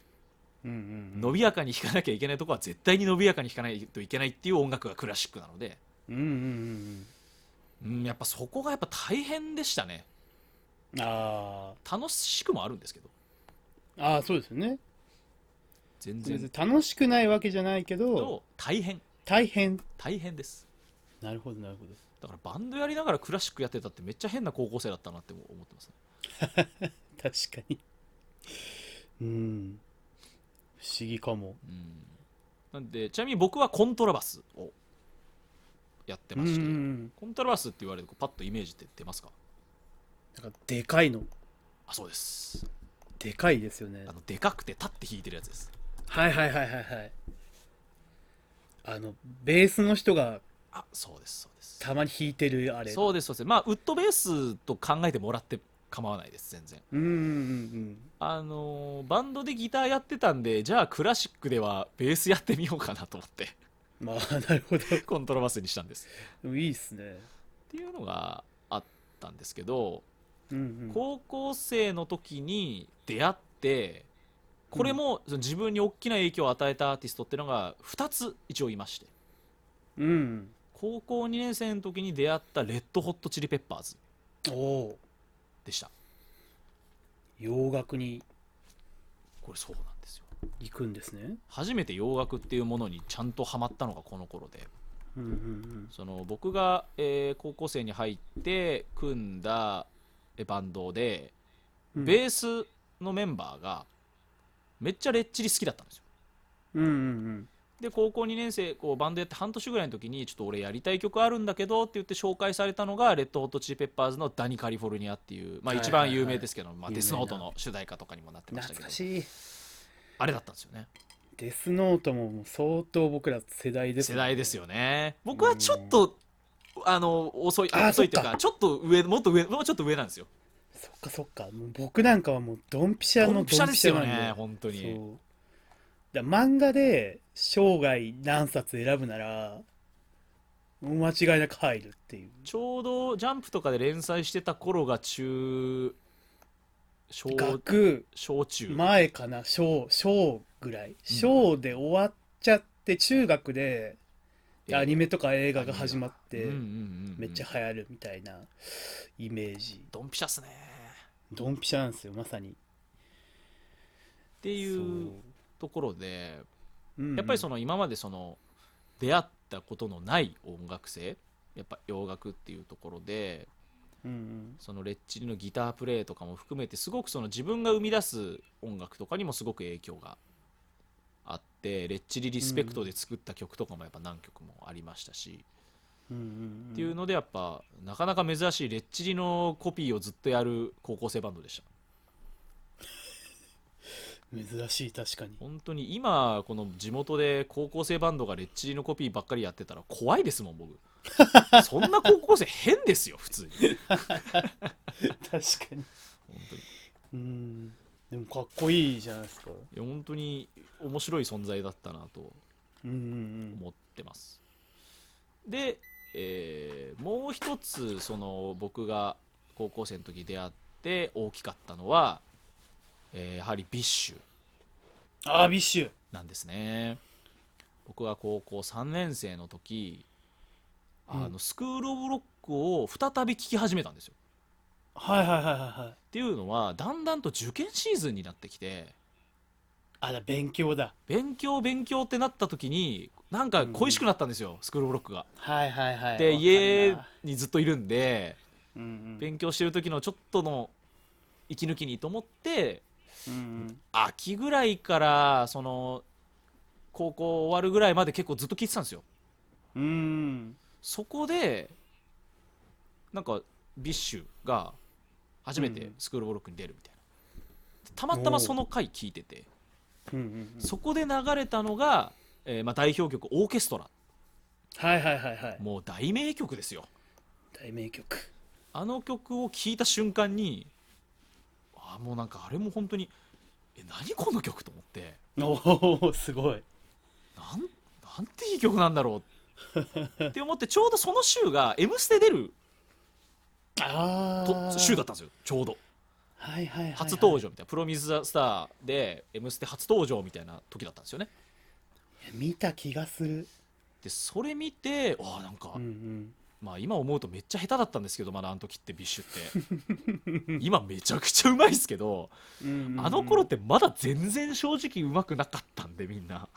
うんうん伸びやかに弾かなきゃいけないとこは絶対に伸びやかに弾かないといけないっていう音楽がクラシックなので、うんうんうんうん、やっぱそこがやっぱ大変でしたねうんあ楽しくもあるんですけどーあーそうですよね全別に然楽しくないわけじゃないけどと大変大変大変ですなるほどなるほどだからバンドやりながらクラシックやってたってめっちゃ変な高校生だったなって思ってますね確かにうん不思議かもうんなんでちなみに僕はコントラバスをやってまして、うんうんうんコントラバスって言われるとパッとイメージって出ますかなんかでかいのあそうですでかいですよねあのでかくて立って弾いてるやつですはいはいはいはいはいあのベースの人があそうですそうですたまに弾いてるあれそうですそうですまあウッドベースと考えてもらって構わないです全然うんうんうんあのーバンドでギターやってたんでじゃあクラシックではベースやってみようかなと思って *laughs* うんまあ *laughs* なるほどでコントラバスにしたんですもいいっすねっていうのがあったんですけどうんうん高校生の時に出会ってこれもその自分に大きな影響を与えたアーティストっていうのが2つ一応いましてうん高校2年生の時に出会ったレッドホットチリペッパーズおおーでした洋楽にこれそうなんですよ行くんですね初めて洋楽っていうものにちゃんとハマったのがこの頃でうんうんその僕が、えー高校生に入って組んだえバンドでうんベースのメンバーがめっちゃレッチリ好きだったんですようんうんで高校2年生こうバンドやって半年ぐらいの時にちょっと俺やりたい曲あるんだけどって言って紹介されたのがレッドホットチリペッパーズの「ダニ・カリフォルニア」っていう、まあ、はいはいはい一番有名ですけど、まあ、有名なデスノートの主題歌とかにもなってうんましたけ懐どかしいあれだったんですよねデスノートももう相当僕ら世代です世代ですよよね僕はちょっとあの遅いあ遅いというそっかちょっと上もっと上もうちょっと上なんですよそっかそっかもう僕なんかはもうドンピシャドのンピシャですよねドン本当ピシャなんにでそうだから漫画で生涯何冊選ぶならもう間違いなく入るっていうちょうど「ジャンプ」とかで連載してた頃が中小学小中、前かな小小ぐらい小で終わっちゃって中学でアニメとか映画が始まっうんてうんうんうんめっちゃ流行るみたいなイメージドンピシャっすねドンピシャなんですよまさにってそういうところでうんうんやっぱりその今までその出会ったことのない音楽性やっぱ洋楽っていうところでうんそのレッチリのギタープレイとかも含めてすごくその自分が生み出す音楽とかにもすごく影響があってレッチリリスペクトで作った曲とかもやっぱ何曲もありましたし、うんうんっていうのでやっぱなかなか珍しいレッチリのコピーをずっとやる高校生バンドでしたうん珍しい確 *laughs* かに本当に今この地元で高校生バンドがレッチリのコピーばっかりやってたら怖いですもん *laughs* 僕そんな高校生変ですよ普通に確かに本当にうんでもかっこいいじゃないですかいや本当に面白い存在だったなとうんうん思ってますで、えーもう一つその僕が高校生の時出会って大きかったのは、えーやはりビッシュああビッシュなんですね僕は高校3年生の時あうのスクール・オブ・ロックを再び聴き始めたんですよはいはいはいはいはいっていうのはだんだんと受験シーズンになってきてあだ勉強だ勉強勉強ってなった時になんか恋しくなったんですよ、スクール・オブ・ロックが。はいはいはいでわかるな家にずっといるんでうんうん勉強してる時のちょっとの息抜きにと思ってうん秋ぐらいからその高校終わるぐらいまで結構ずっと聞いてたんですよ。うんうんそこでなんかビッシュが初めうんてうんスクールオブロックに出るみたいな、たまたまその回聞いててうんうんそこで流れたのが、えーまあ、代表曲「オーケストラはいはいはいは」いもう大名曲ですよ大名曲あの曲を聴いた瞬間にあーもうなんかあれも本当にえ何この曲と思っておおすごいなんなんていい曲なんだろうって思ってちょうどその週が「M ステ」出るあとあ週だったんですよちょうどはいはいはいはい初登場みたいな、プロミス・ザ・スターで「M ステ」初登場みたいな時だったんですよね見た気がするでそれ見てああなんか、うんうんまあ今思うとめっちゃ下手だったんですけどまだあの時ってビッシュって *laughs* 今めちゃくちゃうまいですけど、うんうんあの頃ってまだ全然正直うまくなかったんでみんな、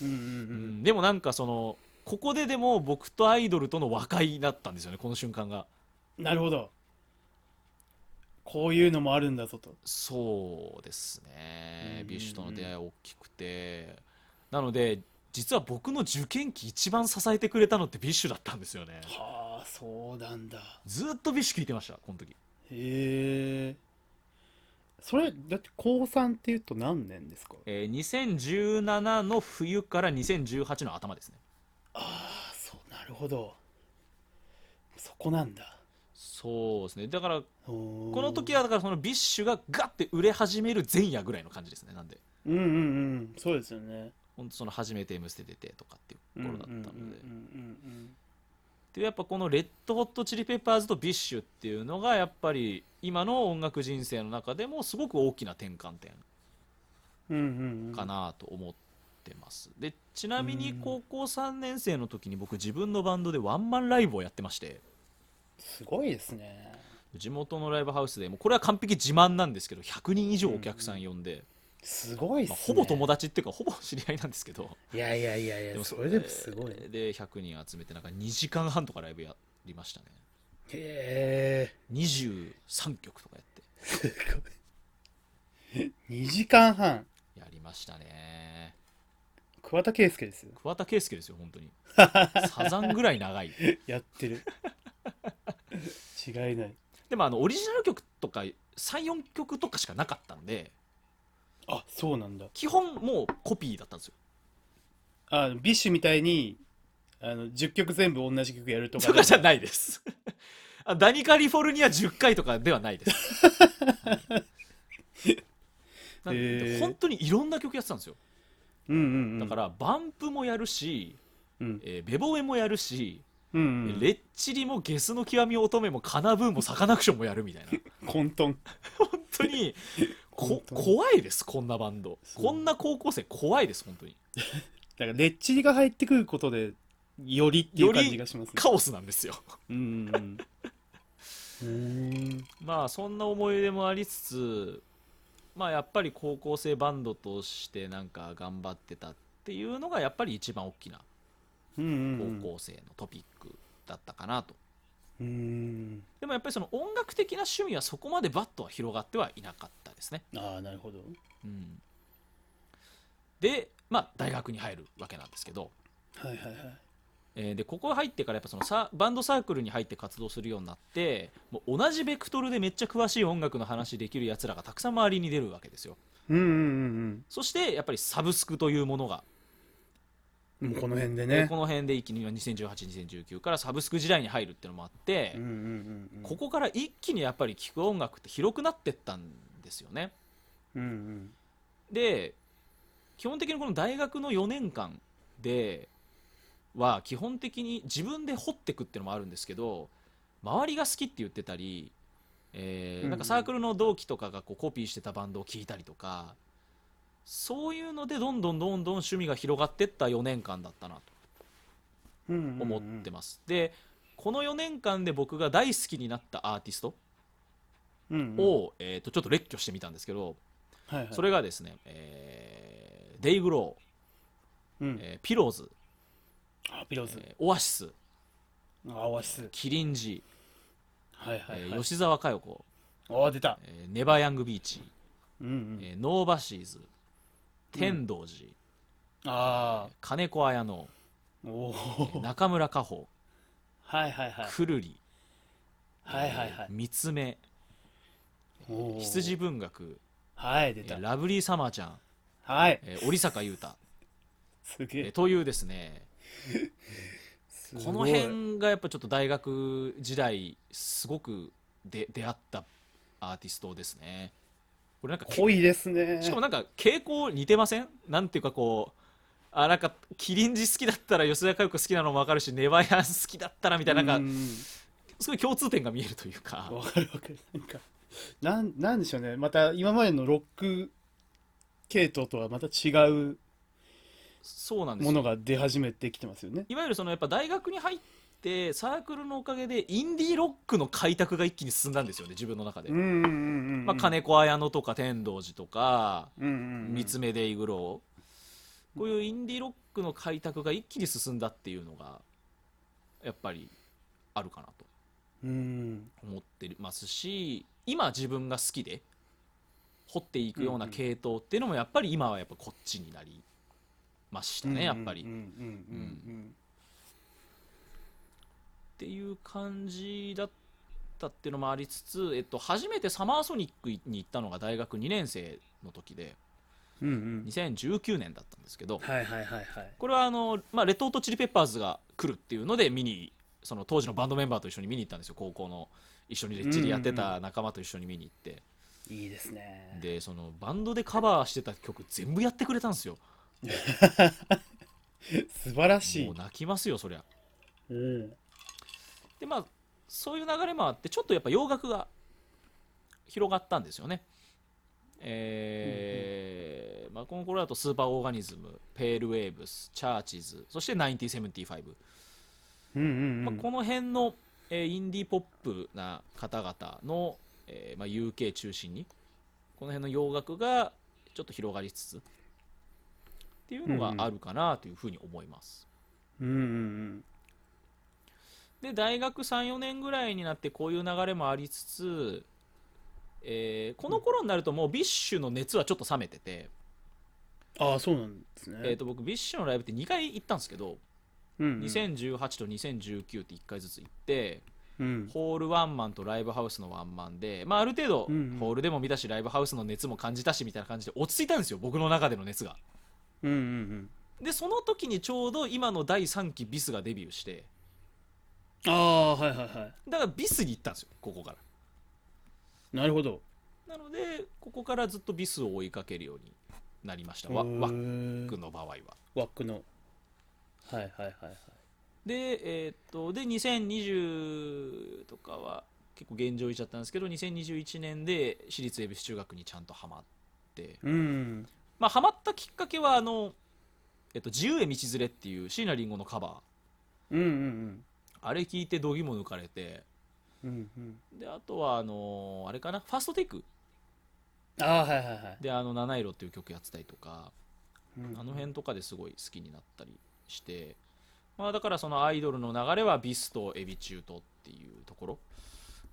うんうんうんでもなんかそのここででも僕とアイドルとの和解だったんですよねこの瞬間がうんなるほどこういうのもあるんだぞとそうですね、うんビッシュとの出会い大きくてなので実は僕の受験期一番支えてくれたのってビッシュだったんですよねはあそうなんだずっとビッシュ聞いてましたこの時へえそれだって高3っていうと何年ですかえー2017の冬から2018の頭ですねああそうなるほどそこなんだそうですねだからここの時はだからそのビッシュがガッて売れ始める前夜ぐらいの感じですねなんでうんうんうんそうですよね本当その初めて「M ステ」出てとかっていう頃だったので、うんうんうんでやっぱこのレッドホットチリペッパーズとビッシュっていうのがやっぱり今の音楽人生の中でもすごく大きな転換点うんうんうんうんかなと思ってます、でちなみにうん高校3年生の時に僕自分のバンドでワンマンライブをやってましてすごいですね地元のライブハウスでもうこれは完璧自慢なんですけど100人以上お客さん呼んで、すごいっすまあねほぼ友達っていうかほぼ知り合いなんですけどいやいやいやいでやもそれでもすごいねえーで100人集めてなんか2時間半とかライブやりましたねへえ23曲とかやってすごい2時間半やりましたね桑田佳祐ですよ桑田佳祐ですよ本当 *laughs* にサザンぐらい長いやってる違いないでもあのオリジナル曲とか34曲とかしかなかったんであそうなんだ基本もうコピーだったんですよあビッシュみたいにあの10曲全部同じ曲やるとかとかじゃないです *laughs* あダニカリフォルニア10回とかではないですなんへでー本当にいろんな曲やってたんですようんうん、うん、だからバンプもやるし、うんえーベボエもやるし、うんうんレッチリもゲスの極み乙女もカナブーンもサカナクションもやるみたいな混沌本当にこ本当に怖いですこんなバンドそうこんな高校生怖いです本当にだからレッチリが入ってくることでよりっていう感じがしますねカオスなんです *laughs* ようんうんうんうんまあそんな思い出もありつつまあやっぱり高校生バンドとしてなんか頑張ってたっていうのがやっぱり一番大きなうんうんうん高校生のトピックだったかかなと。うーんでもやっぱりその音楽的な趣味はそこまでバッとは広がってはいなかったですね。ああなるほどうん、で、まあ、大学に入るわけなんですけど、はいはいはいえーでここ入ってからやっぱそのサーバンドサークルに入って活動するようになってもう同じベクトルでめっちゃ詳しい音楽の話できるやつらがたくさん周りに出るわけですようんうんそしてやっぱりサブスクというものが、うんうんもうこの辺でえねーこの辺で一気に20182019からサブスク時代に入るっていうのもあって、うんうんうんうんここから一気にやっぱり聴く音楽って広くなってったんですよねうんうんで基本的にこの大学の4年間では基本的に自分で掘ってくっていうのもあるんですけど周りが好きって言ってたり、えーうんなんかサークルの同期とかがこうコピーしてたバンドを聴いたりとかそういうのでどんどんどんどん趣味が広がってった4年間だったなとうんうんうん思ってます、でこの4年間で僕が大好きになったアーティストうんうんを、えー、とちょっと列挙してみたんですけどはいはいそれがですね、えーデイグローうんえーピローズ、あピローズえーオアシス、あオアシスキリンジ、はいえはいーはい吉沢佳代子、あ出たえーネバーヤングビーチ、うんうんえーノーバシーズ、天童寺、あ金子綾乃、あおおえー中村佳穂、はいはいはいくるり、はいはいはえー三つ目、いおー羊文学、はい出えーたラブリーサマーちゃん、はいえー織坂優太、すげえーえというですね、すこごのい辺がやっぱちょっと大学時代、すごくで出会ったアーティストですね。これなんか濃いですねしかもなんか傾向似てませんなんていうかこうあなんかキリンジ好きだったら吉田佳代子好きなのも分かるしネバヤン好きだったらみたいななうんかんすごい共通点が見えるというかわかるわかるなんかなんなんでしょうねまた今までのロック系統とはまた違うそうなんですものよが出始めてきてますよねいわゆるそのやっぱ大学に入ってサークルのおかげでインディーロックの開拓が一気に進んだんですよね自分の中で、うんうんうんうんまあ、金子綾乃とか天童寺とかうんうんうん三つ目でイグローこういうインディーロックの開拓が一気に進んだっていうのがやっぱりあるかなとうん思ってますし今自分が好きで掘っていくような系統っていうのもやっぱり今はやっぱこっちになりましたね、やっぱり、うんうんうんっていう感じだったっていうのもありつつ、えっと、初めてサマーソニックに行ったのが大学2年生の時でうんうんうん2019年だったんですけどはいはいはいはいこれはあの、まあ、レッドオートチリペッパーズが来るっていうので見にその当時のバンドメンバーと一緒に見に行ったんですよ高校の一緒にレッチリやってた仲間と一緒に見に行って、いいですねでそのバンドでカバーしてた曲全部やってくれたんですよ素晴らしもいう泣きますよそりゃうんでまあそういう流れもあってちょっとやっぱ洋楽が広がったんですよねえーまあ、この頃だとスーパーオーガニズムペールウェーブスチャーチズそして1975、うんうんうまあ、んこの辺の、えーインディーポップな方々の、えーまあ、UK 中心にこの辺の洋楽がちょっと広がりつつっていうのがあるかなというふうに思います、うんうんで大学34年ぐらいになってこういう流れもありつつ、えーこの頃になるともうビッシュの熱はちょっと冷めてて、ああそうなんですねえー、と僕ビッシュのライブって2回行ったんですけど、うんうん2018と2019って1回ずつ行ってうんホールワンマンとライブハウスのワンマンで、まあ、ある程度うんうんホールでも見たしライブハウスの熱も感じたしみたいな感じで落ち着いたんですよ僕の中での熱がうんうんでその時にちょうど今の第3期ビスがデビューしてうんああはいはいはだからビスに行ったんですよここからいなるほどなのでここからずっとビスを追いかけるようになりましたへわーワックの場合は。ワックのはいはいはいはいで,、えーっとで2020とかは結構現状いちゃったんですけど2021年で私立恵比寿中学にちゃんとハマって、うんまあ、ハマったきっかけはあの、えっと「自由へ道連れ」っていう椎名林檎のカバうんうんーあれ聞いて度肝抜かれてうんうんうんであとはあのあれかな「ファーストテイクああはいはいはい」で「あの七色」っていう曲やってたりとか。うんあの辺とかですごい好きになったりしてまあ、だからそのアイドルの流れはビスとエビチュートっていうところ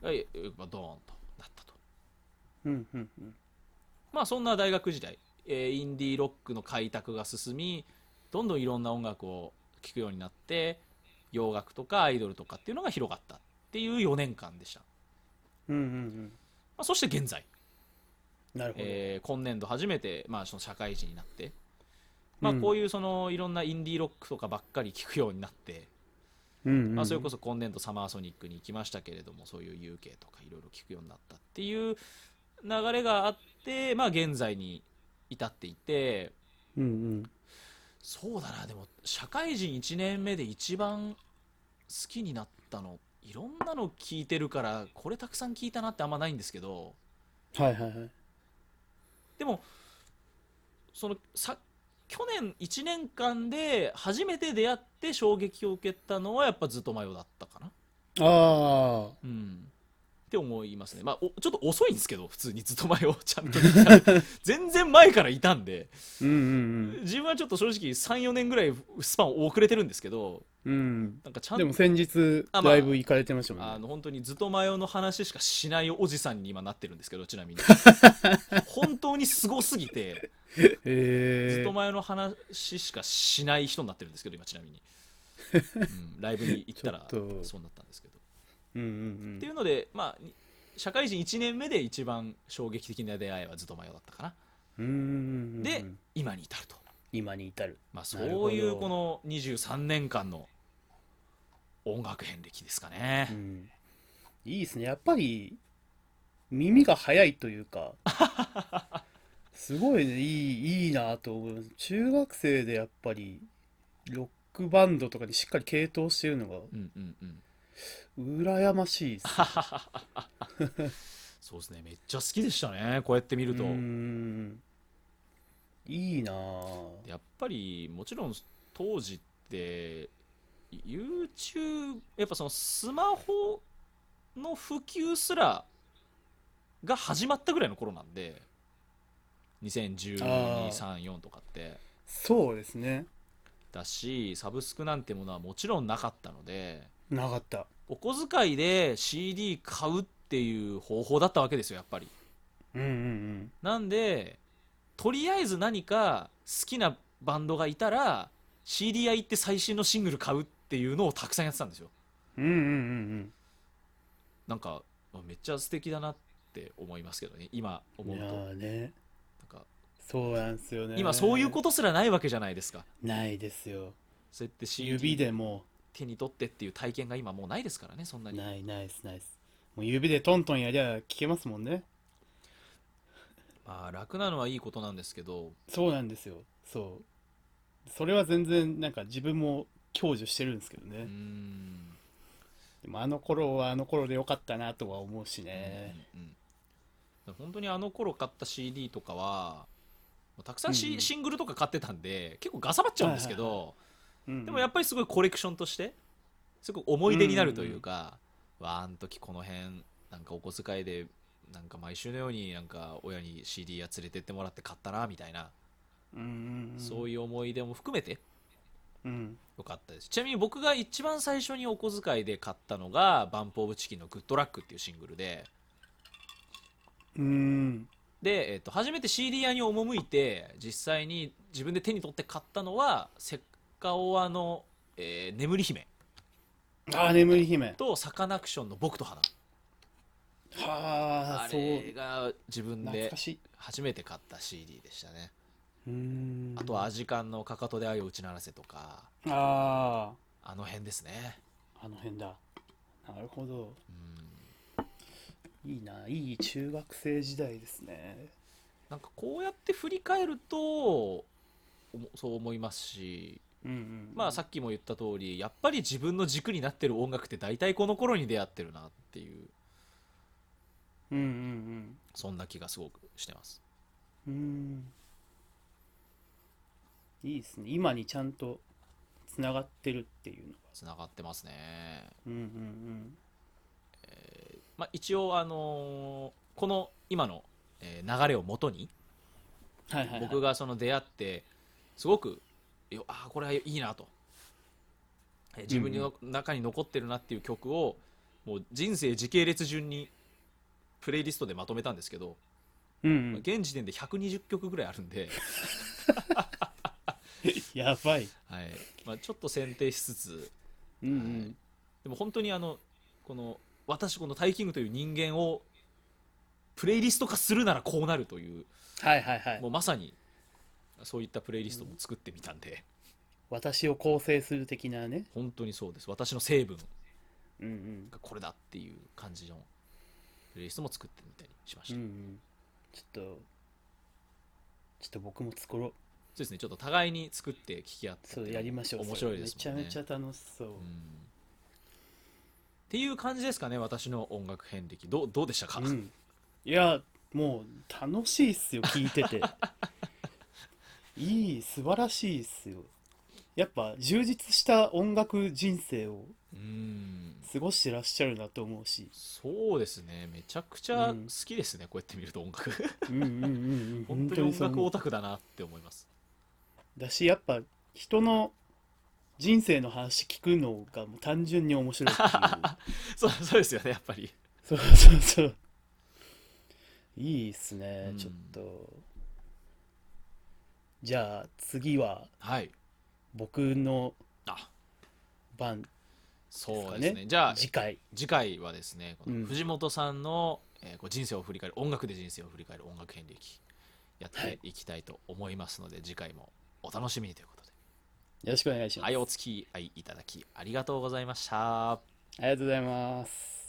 が、えまあ、ドーンとなったと。うんうんうんまあそんな大学時代、えーインディーロックの開拓が進みどんどんいろんな音楽を聴くようになって洋楽とかアイドルとかっていうのが広がったっていう4年間でした、まうんうんあ、そして現在、うんなるほど、えー今年度初めて、まあ、その社会人になって、まあ、うんこういうそのいろんなインディーロックとかばっかり聴くようになって、うんうんうんまあ、それこそ今年度サマーソニックに行きましたけれどもそういう UK とかいろいろ聞くようになったっていう流れがあって、まあ、現在に至っていてうんうんそうだなでも社会人1年目で一番好きになったのいろんなの聞いてるからこれたくさん聞いたなってあんまないんですけどはいはいはいでもそのさ去年1年間で初めて出会って衝撃を受けたのはやっぱずっと迷だったかな。ああうんって思いますね、まあ、おちょっと遅いんですけど普通にずっと前をちゃんと見たら全然前からいたんでうんうん自分はちょっと正直34年ぐらいスパン遅れてるんですけどうんうんなんかちゃんでとも先日あまあライブ行かれてましたもんねあの本当にずっと前の話しかしないおじさんに今なってるんですけどちな *laughs* みに本当にすごすぎてずっえとー、前の話しかしない人になってるんですけど今ちなみに、 *laughs* うんライブに行ったらちょっとそうなったんですけどうんっうんていうので、まあ、に社会人1年目で一番衝撃的な出会いはずっと迷だったかな、うんうんうんうんで今に至ると、今に至るまあ、なるそほどういうこの23年間の音楽遍歴ですかね、うんいいですねやっぱり耳が早いとい *laughs* うかすごいねいいいいなと思います中学生でやっぱりロックバンドとかにしっかり傾倒してるのがうんうんうん羨ましい *laughs* ですねそうですねめっちゃ好きでしたねこうやって見ると、うんいいなぁやっぱりもちろん当時って YouTube やっぱそのスマホの普及すらが始まったぐらいの頃なんであー201234とかってそうですねだしサブスクなんてものはもちろんなかったのでなかったお小遣いで CD 買うっていう方法だったわけですよやっぱりうんうんなんでとりあえず何か好きなバンドがいたら CD 屋行って最新のシングル買うっていうのをたくさんやってたんですようんうんうんなんかめっちゃ素敵だなって思いますけどね今うんう思んういとやなんーねかそうなんですよね今そういうことすらないわけじゃないですかないですよそうやって CD 指でもう手に取ってっていう体験が今もうないですからねそんなにないナイスナイスもう指でトントンやりゃ聞けますもんねまあ楽なのはいいことなんですけどそうなんですよそうそれは全然なんか自分も享受してるんですけどうーね、んでもあの頃はあの頃でよかったなとは思うしねうんうんうんだから本当にあの頃買った CD とかはたくさんシ,、うんうんシングルとか買ってたんで結構ガサばっちゃうんですけど、うんでもやっぱりすごいコレクションとしてすごく思い出になるというか、わああの時この辺なんかお小遣いでなんか毎週のようになんか親に CD や連れてってもらって買ったなみたいな、うんそういいう思い出も含めてうんうんよかったですちなみに僕が一番最初にお小遣いで買ったのが「バンプ・オブ・チキン」の「グッド・ラック」っていうシングルで。うんで、えっと初めて CD 屋に赴いて実際に自分で手に取って買ったのはセカオワの、えー眠り姫」ああ眠り姫とサカナクションの「僕と花」はああそうれが自分懐でかしい初めて買った CD でしたねうんあとはアジカンの「かかとで愛を打ち鳴らせ」とかああの辺ですねああの辺だなるほどうんいいないい中学生時代ですねなんかこうやって振り返るとおもそう思いますしうんうんまあさっきも言った通りやっぱり自分の軸になってる音楽って大体この頃に出会ってるなっていううんうんうんそんな気がすごくしてます。うんいいですね今にちゃんとつながってるっていうのがつながってますね。うんうんまあ、一応、あのーこの今の、えー流れをもとに、うんはいはい、はい、僕がその出会って、すごく、よああ、これはいいなとえー自分の中に残ってるなっていう曲をもう人生時系列順にプレイリストでまとめたんですけど、うんまあうん、現時点で120曲ぐらいあるん *laughs* で、やばい。はいまあ、ちょっと選定しつつうんでも本当にあのこの私このタイキングという人間をプレイリスト化するならこうなるといううん、はいはいはいもうまさにそういったプレイリストも作ってみたんで、私を構成する的なね、本当にそうです私の成分うんうんがこれだっていう感じのプレイリストも作ってみたりしましうた、んうそん、ちょっとちょっと僕も作ろううですねちょっと互いに作って聞き合ってそうやりましょう面白いですそもれんねめちゃめちゃ楽しそう、うんっていう感じですかね私の音楽遍歴どうどうでしたか、うん、いやもう楽しいっすよ聞い *laughs* てていい素晴らしいっすよやっぱ充実した音楽人生をうん過ごしてらっしゃるなと思うしそうですねめちゃくちゃう好んきですね、こうやって見ると音 *laughs* 楽うんうんうんうん本当に音楽オタクだなって思いますだしやっぱ人の人生の話聞くのがもう単純に面白いっていうそうそうですよねやっぱりそうそうそういいっすね、うんちょっとじゃあ次ははい僕のあ番そうでですすかねねじゃあ次回次回はですねこうんの藤本さんの、えーこう人生を振り返る音楽で人生を振り返る音楽遍歴やっはていいきたいと思いますので、次回もお楽しみにということでよろしくお願いします、はいあお付き合いいただきありがとうございましたりがとうございます